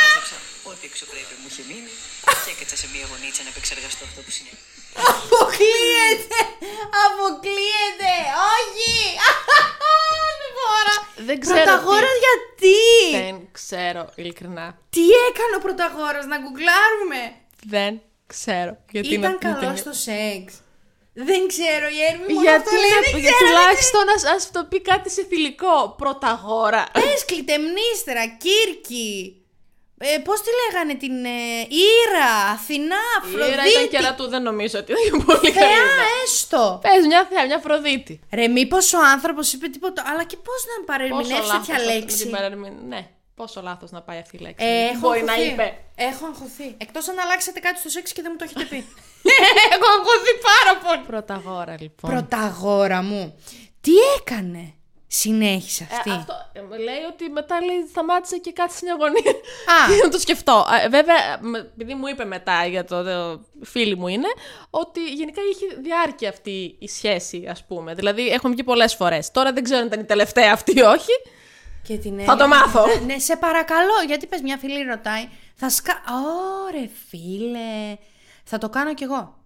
Speaker 5: μάζεψα ό,τι εξωπρέπεια μου είχε μείνει και έκατσα σε μία γωνίτσα να επεξεργαστώ αυτό που συνέβη.
Speaker 2: Αποκλείεται! Αποκλείεται! Όχι! Δεν μπορώ.
Speaker 1: Δεν ξέρω.
Speaker 2: Πρωταγόρας
Speaker 1: τι-
Speaker 2: γιατί!
Speaker 1: Ε. Δεν ξέρω, ειλικρινά.
Speaker 2: Τι έκανε ο πρωταγόρας να γκουγκλάρουμε!
Speaker 1: Δεν ξέρω. Γιατί
Speaker 2: Ήταν
Speaker 1: να- γιατί
Speaker 2: καλό
Speaker 1: να-
Speaker 2: στο σεξ. Δεν ξέρω, η Έρμη μου
Speaker 1: Γιατί
Speaker 2: αυτό λέει,
Speaker 1: να-
Speaker 2: δεν Ε,
Speaker 1: για-
Speaker 2: ξέρω.
Speaker 1: τουλάχιστον ας, ας το πει κάτι σε θηλυκό. Πρωταγόρα.
Speaker 2: Πες κλητεμνίστρα, Κύρκη. Ε, πώς τη λέγανε την ε, Ήρα, Αθηνά,
Speaker 1: Η Ήρα ήταν
Speaker 2: Αφροδίτη.
Speaker 1: καιρά του, δεν νομίζω ότι ήταν πολύ
Speaker 2: Θεά ε.
Speaker 1: καλή.
Speaker 2: έστω.
Speaker 1: Πες μια θεά, μια Αφροδίτη.
Speaker 2: Ρε, μήπως ο άνθρωπος είπε τίποτα, αλλά και πώς να παρερμηνεύσει
Speaker 1: λάθος
Speaker 2: τέτοια
Speaker 1: αυτό με
Speaker 2: λέξη.
Speaker 1: την παρερμηνία. Ναι, πόσο λάθος να πάει αυτή η λέξη.
Speaker 2: Ε,
Speaker 1: Δεν
Speaker 2: έχω
Speaker 1: Μπορεί να
Speaker 2: αγχωθεί.
Speaker 1: είπε.
Speaker 2: Έχω αγχωθεί. Εκτός αν αλλάξατε κάτι στο σεξ και δεν μου το έχετε πει.
Speaker 1: Έχω αγχωθεί πάρα πολύ. Πρωταγόρα, λοιπόν.
Speaker 2: Πρωταγόρα μου. Τι έκανε. Συνέχισε
Speaker 1: Ε,
Speaker 2: αυτή.
Speaker 1: αυτό ε, μου λέει ότι μετά λέει, σταμάτησε και κάτι στην αγωνία.
Speaker 2: Α.
Speaker 1: να το σκεφτώ. Ε, βέβαια, με- επειδή μου είπε μετά για το, το φίλη μου είναι, ότι γενικά είχε διάρκεια αυτή η σχέση, ας πούμε. Δηλαδή, έχουμε βγει πολλές φορές. Τώρα δεν ξέρω αν ήταν η τελευταία αυτή ή όχι.
Speaker 2: Και την
Speaker 1: Θα το
Speaker 2: έλεγε-
Speaker 1: μάθω.
Speaker 2: ναι, σε παρακαλώ, γιατί πες μια φίλη ρωτάει. Θα σκα... Ωρε φίλε. Θα το κάνω κι εγώ.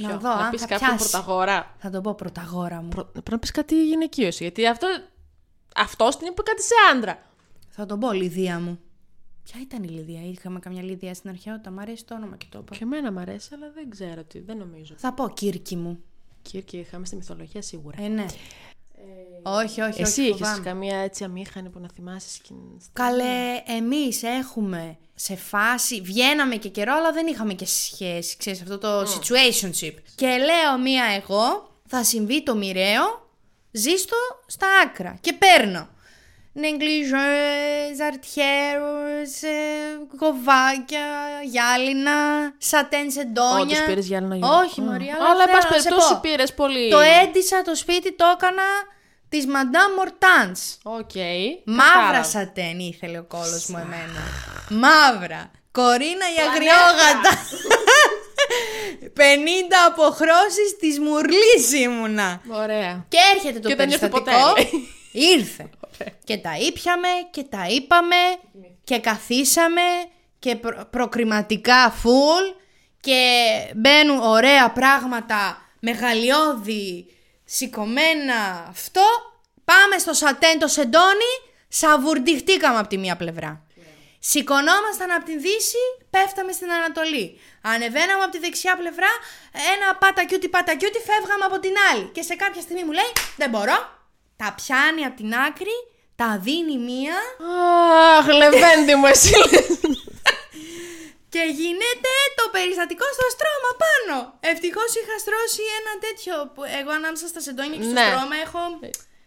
Speaker 2: να δω αν
Speaker 1: πεις
Speaker 2: θα
Speaker 1: κάποιον
Speaker 2: πιάσει.
Speaker 1: πρωταγόρα.
Speaker 2: Θα το πω πρωταγόρα μου.
Speaker 1: Πρω- Πρέπει να πεις κάτι γυναικείος σου, γιατί αυτό. Αυτός την είπε κάτι σε άντρα.
Speaker 2: Θα τον πω Λιδία μου. Ποια ήταν η Λιδία, είχαμε καμιά Λιδία στην αρχαιότητα, μου αρέσει το όνομα και το είπα.
Speaker 1: Και εμένα μου αρέσει, αλλά δεν ξέρω τι, δεν νομίζω.
Speaker 2: Θα πω Κύρκη μου.
Speaker 1: Κύρκη, είχαμε στη μυθολογία σίγουρα.
Speaker 2: Ε, ναι. όχι, όχι,
Speaker 1: Εσύ
Speaker 2: όχι,
Speaker 1: είχες
Speaker 2: φοβάμαι.
Speaker 1: καμία έτσι αμήχανη που να θυμάσαι. σκην-
Speaker 2: Καλέ, εμείς έχουμε σε φάση, βγαίναμε και καιρό, αλλά δεν είχαμε και σχέση, ξέρεις, αυτό το situationship. Και λέω μία εγώ, θα συμβεί το μοιραίο, ζήστο στα άκρα και παίρνω. νεγκλιζές, αρτιέρους, ε, γοβάκια, γυάλινα, σατέν σεντόνια.
Speaker 1: Όντως πήρες γυάλινα γιούρτα.
Speaker 2: Όχι, Μωρία,
Speaker 1: Αλλά, αλλά εν πάση
Speaker 2: θέλω να σε
Speaker 1: περιπτώσει
Speaker 2: πω.
Speaker 1: πήρες πολύ.
Speaker 2: Το έντυσα το σπίτι, το έκανα της Μαντάμ Μορτάνς.
Speaker 1: Οκ.
Speaker 2: Μαύρα
Speaker 1: Κατάλαβα.
Speaker 2: σατέν ήθελε ο κόλος μου εμένα. Μαύρα. Κορίνα η αγριόγατα. 50 αποχρώσεις της μουρλής ήμουνα.
Speaker 1: Ωραία.
Speaker 2: Και έρχεται το
Speaker 1: Και δεν ήρθε
Speaker 2: περιστατικό.
Speaker 1: ποτέ.
Speaker 2: Ήρθε. και τα ήπιαμε και τα είπαμε και καθίσαμε και προ- προκριματικά φουλ και μπαίνουν ωραία πράγματα μεγαλειώδη, σηκωμένα αυτό. Πάμε στο σατέν το σεντόνι, σαβουρντιχτήκαμε από τη μία πλευρά. Σηκωνόμασταν από την Δύση, πέφταμε στην Ανατολή. Ανεβαίναμε από τη δεξιά πλευρά, ένα πατακιούτι πατακιούτι, φεύγαμε από την άλλη. Και σε κάποια στιγμή μου λέει: Δεν μπορώ. Τα πιάνει από την άκρη, τα δίνει μία
Speaker 1: Αχ, λεβέντι μου εσύ.
Speaker 2: και γίνεται το περιστατικό στο στρώμα πάνω. Ευτυχώς είχα στρώσει ένα τέτοιο. Που εγώ ανάμεσα στα σεντόνια και στο
Speaker 1: Ναι.
Speaker 2: στρώμα έχω.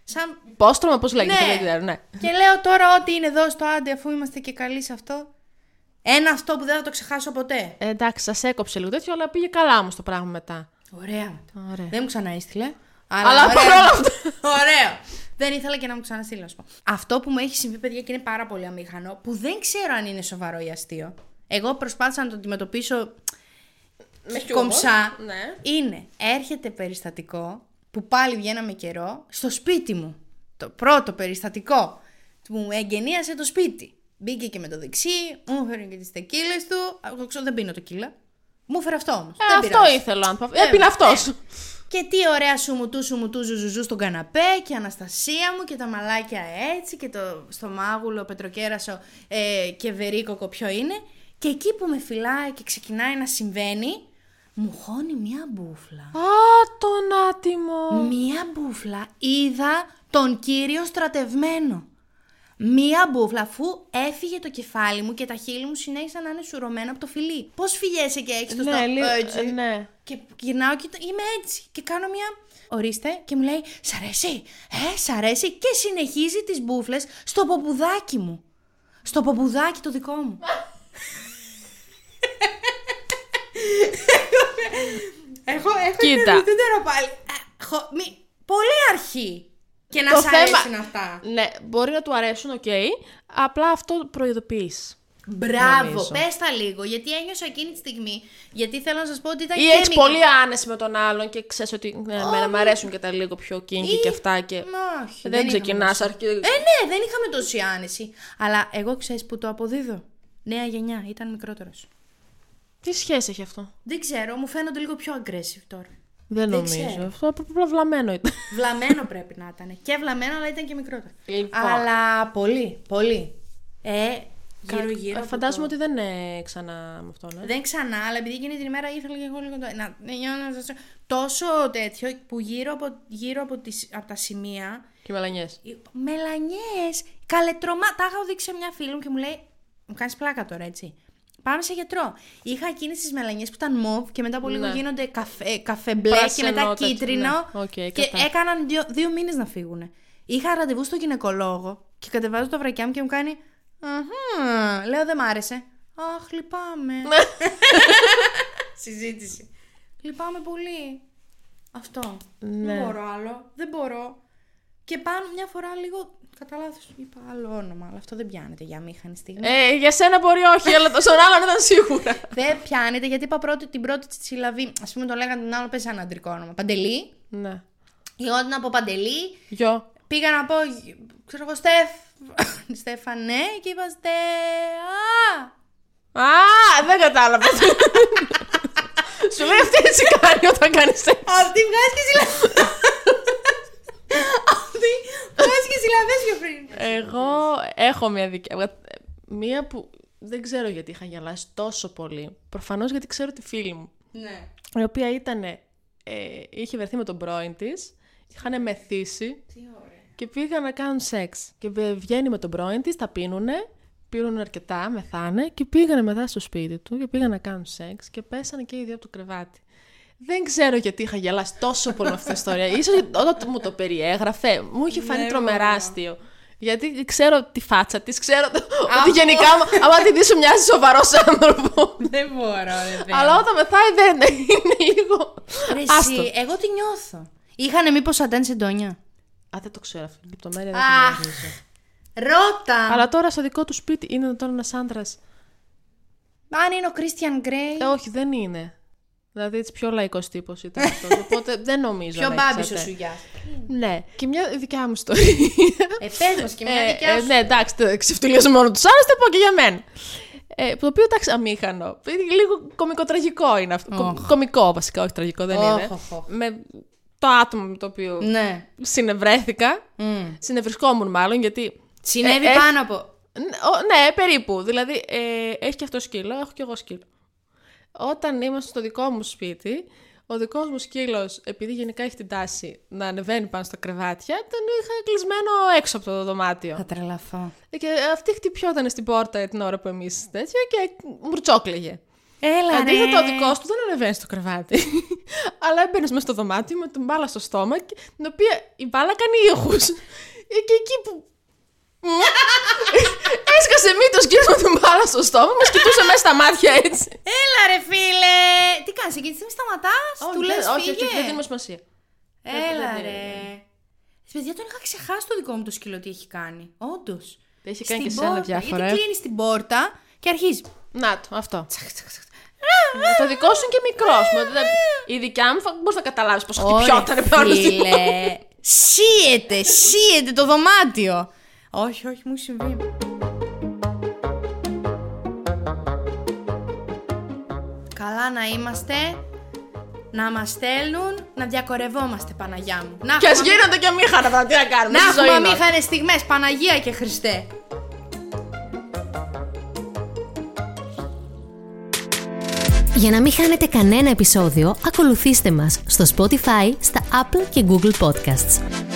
Speaker 2: Σαν
Speaker 1: Πόστρωμα, πώς λέγεται,
Speaker 2: Ναι.
Speaker 1: δεν ξέρω, ναι.
Speaker 2: Και λέω τώρα ότι είναι εδώ στο άντε, αφού είμαστε και καλοί σε αυτό. Ένα αυτό που δεν θα το ξεχάσω ποτέ.
Speaker 1: Ε, εντάξει, σας έκοψε λίγο τέτοιο, αλλά πήγε καλά όμως το πράγμα μετά.
Speaker 2: Ωραία.
Speaker 1: Ωραία.
Speaker 2: Δεν μου ξαναέστειλε.
Speaker 1: Αλλά
Speaker 2: ωραίο.
Speaker 1: παρόλα αυτά.
Speaker 2: Ωραίο. Δεν ήθελα και να μου ξαναστείλει, να σου πω. Αυτό που μου έχει συμβεί, παιδιά, και είναι πάρα πολύ αμήχανο, που δεν ξέρω αν είναι σοβαρό ή αστείο. Εγώ προσπάθησα να το αντιμετωπίσω κομψά.
Speaker 1: ναι.
Speaker 2: Είναι, έρχεται περιστατικό που πάλι βγαίναμε καιρό στο σπίτι μου. Το πρώτο περιστατικό που μου εγγενίασε το σπίτι. Μπήκε και με το δεξί, μου έφερε και τις τεκίλες του. Εγώ ξέρω, δεν πίνω τεκίλα. Μου έφερε αυτό όμως.
Speaker 1: Ε, αυτό ήθελα να πω. Έπινε αυτός.
Speaker 2: Και τι ωραία σου μου του σου μου του ζουζουζού στον καναπέ και η Αναστασία μου και τα μαλάκια έτσι και το στο μάγουλο πετροκέρασο ε, και βερίκοκο ποιο είναι. Και εκεί που με φυλάει και ξεκινάει να συμβαίνει, μου χώνει μία μπουφλα.
Speaker 1: Α, τον άτιμο.
Speaker 2: Μία μπουφλα είδα τον κύριο στρατευμένο. Μία μπουφλα αφού έφυγε το κεφάλι μου και τα χείλη μου συνέχισαν να είναι σουρωμένα από το φιλί. Πώς φυγέσαι και έχεις το
Speaker 1: Ναι,
Speaker 2: στόμα
Speaker 1: λίγο,
Speaker 2: έτσι.
Speaker 1: ε, ναι.
Speaker 2: Και γυρνάω και το- είμαι έτσι. Και κάνω μια. Ορίστε και μου λέει Σ' αρέσει, Ε, σ' αρέσει. Και συνεχίζει τις μπουφλε στο ποπουδάκι μου. Στο ποπουδάκι το δικό μου. έχω, έχω
Speaker 1: Κοίτα.
Speaker 2: εκνευριστεί τώρα πάλι. Ε, χω- μη- πολύ αρχή. Και να
Speaker 1: Το
Speaker 2: σ'
Speaker 1: θέμα-
Speaker 2: αρέσουν αυτά.
Speaker 1: Ναι, μπορεί να του αρέσουν, οκ. Απλά αυτό προειδοποιείς.
Speaker 2: Μπράβο,
Speaker 1: Νομίζω.
Speaker 2: πες τα λίγο. Γιατί ένιωσα εκείνη τη στιγμή. Γιατί θέλω να σας πω ότι ήταν.
Speaker 1: Ή
Speaker 2: και
Speaker 1: έχει
Speaker 2: μικρό.
Speaker 1: πολύ άνεση με τον άλλον και ξέρεις ότι ναι, εμένα μ' αρέσουν και τα λίγο πιο κίνκι
Speaker 2: Ή-
Speaker 1: και αυτά. Και...
Speaker 2: Ε, Μα, όχι,
Speaker 1: δεν
Speaker 2: είχαμε
Speaker 1: ξεκινάς.
Speaker 2: τόση- Ε, ναι, δεν είχαμε τόση άνεση. Αλλά εγώ ξέρεις που το αποδίδω. Νέα γενιά, ήταν μικρότερος.
Speaker 1: Τι σχέση έχει αυτό.
Speaker 2: Δεν ξέρω, μου φαίνονται λίγο πιο aggressive τώρα.
Speaker 1: Δεν,
Speaker 2: Δεν
Speaker 1: νομίζω.
Speaker 2: ξέρω.
Speaker 1: Αυτό απλά βλαμμένο ήταν.
Speaker 2: Βλαμμένο πρέπει να ήταν. Και βλαμμένο, αλλά ήταν και μικρότερο.
Speaker 1: Λοιπόν.
Speaker 2: Αλλά πολύ, πολύ. Ε, γύρω-γύρω.
Speaker 1: Ε,
Speaker 2: από
Speaker 1: Φαντάζομαι
Speaker 2: το-
Speaker 1: ότι δεν είναι ξανά με αυτό, ναι.
Speaker 2: Δεν ξανά, αλλά επειδή εκείνη την ημέρα ήθελα και εγώ λίγο το... να, να νιώνω να- τόσο τέτοιο που γύρω από, γύρω από, τις, από τα σημεία
Speaker 1: Και μελανιές.
Speaker 2: Μελανιές, καλετρωμά. Τα είχα δείξει σε μια φίλη μου και μου λέει: Μου κάνεις πλάκα τώρα, έτσι. Πάμε σε γιατρό. Είχα εκείνε τι μελανιέ που ήταν μοβ και μετά από λίγο
Speaker 1: Ναι.
Speaker 2: γίνονται καφέ, καφέ μπλε και
Speaker 1: Πράσινο,
Speaker 2: μετά
Speaker 1: τέτοιο,
Speaker 2: κίτρινο.
Speaker 1: ναι. Οκ,
Speaker 2: και
Speaker 1: κατά.
Speaker 2: έκαναν δύο, δύο μήνες να φύγουν. Είχα ραντεβού στο γυναικολόγο και κατεβάζω τα βρακιά μου και μου κάνει. «Αχμ». Λέω δεν μ' άρεσε. Αχ, λυπάμαι.
Speaker 1: Ναι.
Speaker 2: Συζήτηση. Λυπάμαι πολύ. Αυτό. Δεν μπορώ άλλο. Δεν μπορώ. Και πάνω μια φορά λίγο. Κατά λάθος είπα άλλο όνομα, αλλά αυτό δεν πιάνεται για μήχανη στιγμή.
Speaker 1: Ε, για σένα μπορεί όχι, αλλά στον άλλον ήταν σίγουρα.
Speaker 2: Δεν πιάνεται γιατί είπα πρώτη, την πρώτη της συλλαβή. Ας πούμε το λέγανε την άλλο, πες ένα αντρικό όνομα. Παντελή.
Speaker 1: ναι.
Speaker 2: Εγώ την από Παντελή.
Speaker 1: Γιο.
Speaker 2: Πήγα να πω, ξέρω εγώ, Στεφ. Στέφανε και είπα Στε. Α!
Speaker 1: Α, δεν κατάλαβα. Σου λέει αυτή έτσι κάνει όταν κάνεις
Speaker 2: Αυτή βγάζει και συλλαβέ. Αυτή βγάζει και συλλαβές πιο πριν.
Speaker 1: Εγώ έχω μια δικιά. Μία που δεν ξέρω γιατί είχα γελάσει τόσο πολύ. Προφανώς γιατί ξέρω τη φίλη μου.
Speaker 2: Ναι.
Speaker 1: Η οποία ήταν. Ε, είχε βρεθεί με τον πρώην της, είχαν μεθύσει. Και πήγαν να κάνουν σεξ. Και βε- βγαίνει με τον πρώην της, τα πίνουνε, πίνουν αρκετά, μεθάνε και πήγανε μετά στο σπίτι του και πήγαν να κάνουν σεξ και πέσανε και οι δύο από το κρεβάτι. Δεν ξέρω γιατί είχα γελάσει τόσο πολύ με αυτή την ιστορία. Ίσως γιατί όταν μου το περιέγραφε, μου είχε φανεί τρομερά αστείο. Γιατί ξέρω τη φάτσα της, ξέρω το- ότι γενικά, άμα- άμα τη δεις, σου μοιάζει σοβαρός άνθρωπος.
Speaker 6: Δεν μπορώ, δεν
Speaker 1: Αλλά όταν μεθάει δεν είναι λίγο.
Speaker 2: Ρε,
Speaker 1: Άστο.
Speaker 2: εσύ, εγώ τη νιώθω. Είχανε μήπως αντάν εντόνια.
Speaker 1: Α, δεν το ξέρω αυτή την λεπτομέρεια. Δεν
Speaker 2: Αχ.
Speaker 1: την γνωρίζω.
Speaker 2: Ρώτα!
Speaker 1: Αλλά τώρα στο δικό του σπίτι είναι τώρα ένας άντρας.
Speaker 2: Αν είναι ο Κρίστιαν Γκρέι.
Speaker 1: Ε, όχι, δεν είναι. Δηλαδή έτσι πιο λαϊκός τύπος ήταν αυτός. Οπότε δεν νομίζω.
Speaker 2: Πιο
Speaker 1: να
Speaker 2: μπάμπης ο
Speaker 1: εξαρτάται.
Speaker 2: Σουγιά.
Speaker 1: Ναι. Και μια δικιά μου ιστορία.
Speaker 2: Ε, πες μας και μια
Speaker 1: Ε,
Speaker 2: δικιά
Speaker 1: ε,
Speaker 2: σου.
Speaker 1: ναι, εντάξει, το ξεφτυλίζω μόνο τους άλλους, θα πω και για μένα. Ε, το οποίο εντάξει, αμήχανο. Ε, Λίγο κωμικοτραγικό είναι αυτό. Κο- Κωμικό βασικά, όχι τραγικό δεν
Speaker 2: Οχ,
Speaker 1: είναι.
Speaker 2: οχ, οχ.
Speaker 1: Με το άτομο με το οποίο
Speaker 2: Ναι.
Speaker 1: συνευρέθηκα. Συνευρισκόμουν μάλλον, γιατί.
Speaker 2: Συνέβη
Speaker 1: Ε, ε,
Speaker 2: πάνω από.
Speaker 1: Ν- ο- Ναι, περίπου. Δηλαδή, ε, έχει και αυτό σκύλο, έχω και εγώ σκύλο. Όταν είμαστε στο δικό μου σπίτι, ο δικός μου σκύλος, επειδή γενικά έχει την τάση να ανεβαίνει πάνω στα κρεβάτια, τον είχα κλεισμένο έξω από το δωμάτιο.
Speaker 2: Θα τρελαθώ.
Speaker 1: Ε, Και αυτή χτυπιόταν στην πόρτα την ώρα που εμείς τέτοιο και μουρτσόκλαιγε.
Speaker 2: Έλα,
Speaker 1: Αντίθετα,
Speaker 2: ρε.
Speaker 1: ο δικός του δεν ανεβαίνει στο κρεβάτι. Αλλά έμπαινες μέσα στο δωμάτιο με την μπάλα στο στόμα, και- την οποία η μπάλα κάνει ήχους. και εκεί που. Ε, Έσκασε μύτος γύρω με την μπάλα στο στόμα, μας κοιτούσε μέσα στα μάτια έτσι.
Speaker 2: Έλα, ρε φίλε! Τι κάνεις, εκείνη τη στιγμή σταματάς, του λες
Speaker 1: όχι, όχι,
Speaker 2: φύγε.
Speaker 1: δεν δίνουμε σημασία.
Speaker 2: Έλα,
Speaker 1: δεν-
Speaker 2: ρε. Παιδιά, τον είχα ξεχάσει το δικό μου το σκύλο τι έχει κάνει. Όντως.
Speaker 1: Το έχει κάνει και σε άλλα διάφορα. ε.
Speaker 2: Γιατί κλείνεις την πόρτα και αρχίζεις.
Speaker 1: Να το, αυτό. Ε, το δικό σου είναι και μικρό. Δηλαδή, Η δικιά μου μπορείς να καταλάβεις πώ χτυπιόταν πάνω στην πόρτα.
Speaker 2: φίλε. Σύεται, σύεται το δωμάτιο. Όχι, όχι, μου έχει συμβεί. Καλά να είμαστε, να μας στέλνουν, να διακορευόμαστε, Παναγιά μου. Να
Speaker 1: Και ας
Speaker 2: έχουμε-
Speaker 1: γίνονται και μήχανα, τώρα τι να κάνουμε.
Speaker 2: να
Speaker 1: στη ζωή
Speaker 2: έχουμε
Speaker 1: μας.
Speaker 2: αμήχανες στιγμές, Παναγία και Χριστέ.
Speaker 3: Για να μην χάνετε κανένα επεισόδιο, ακολουθήστε μας στο Spotify, στα Apple και Google Podcasts.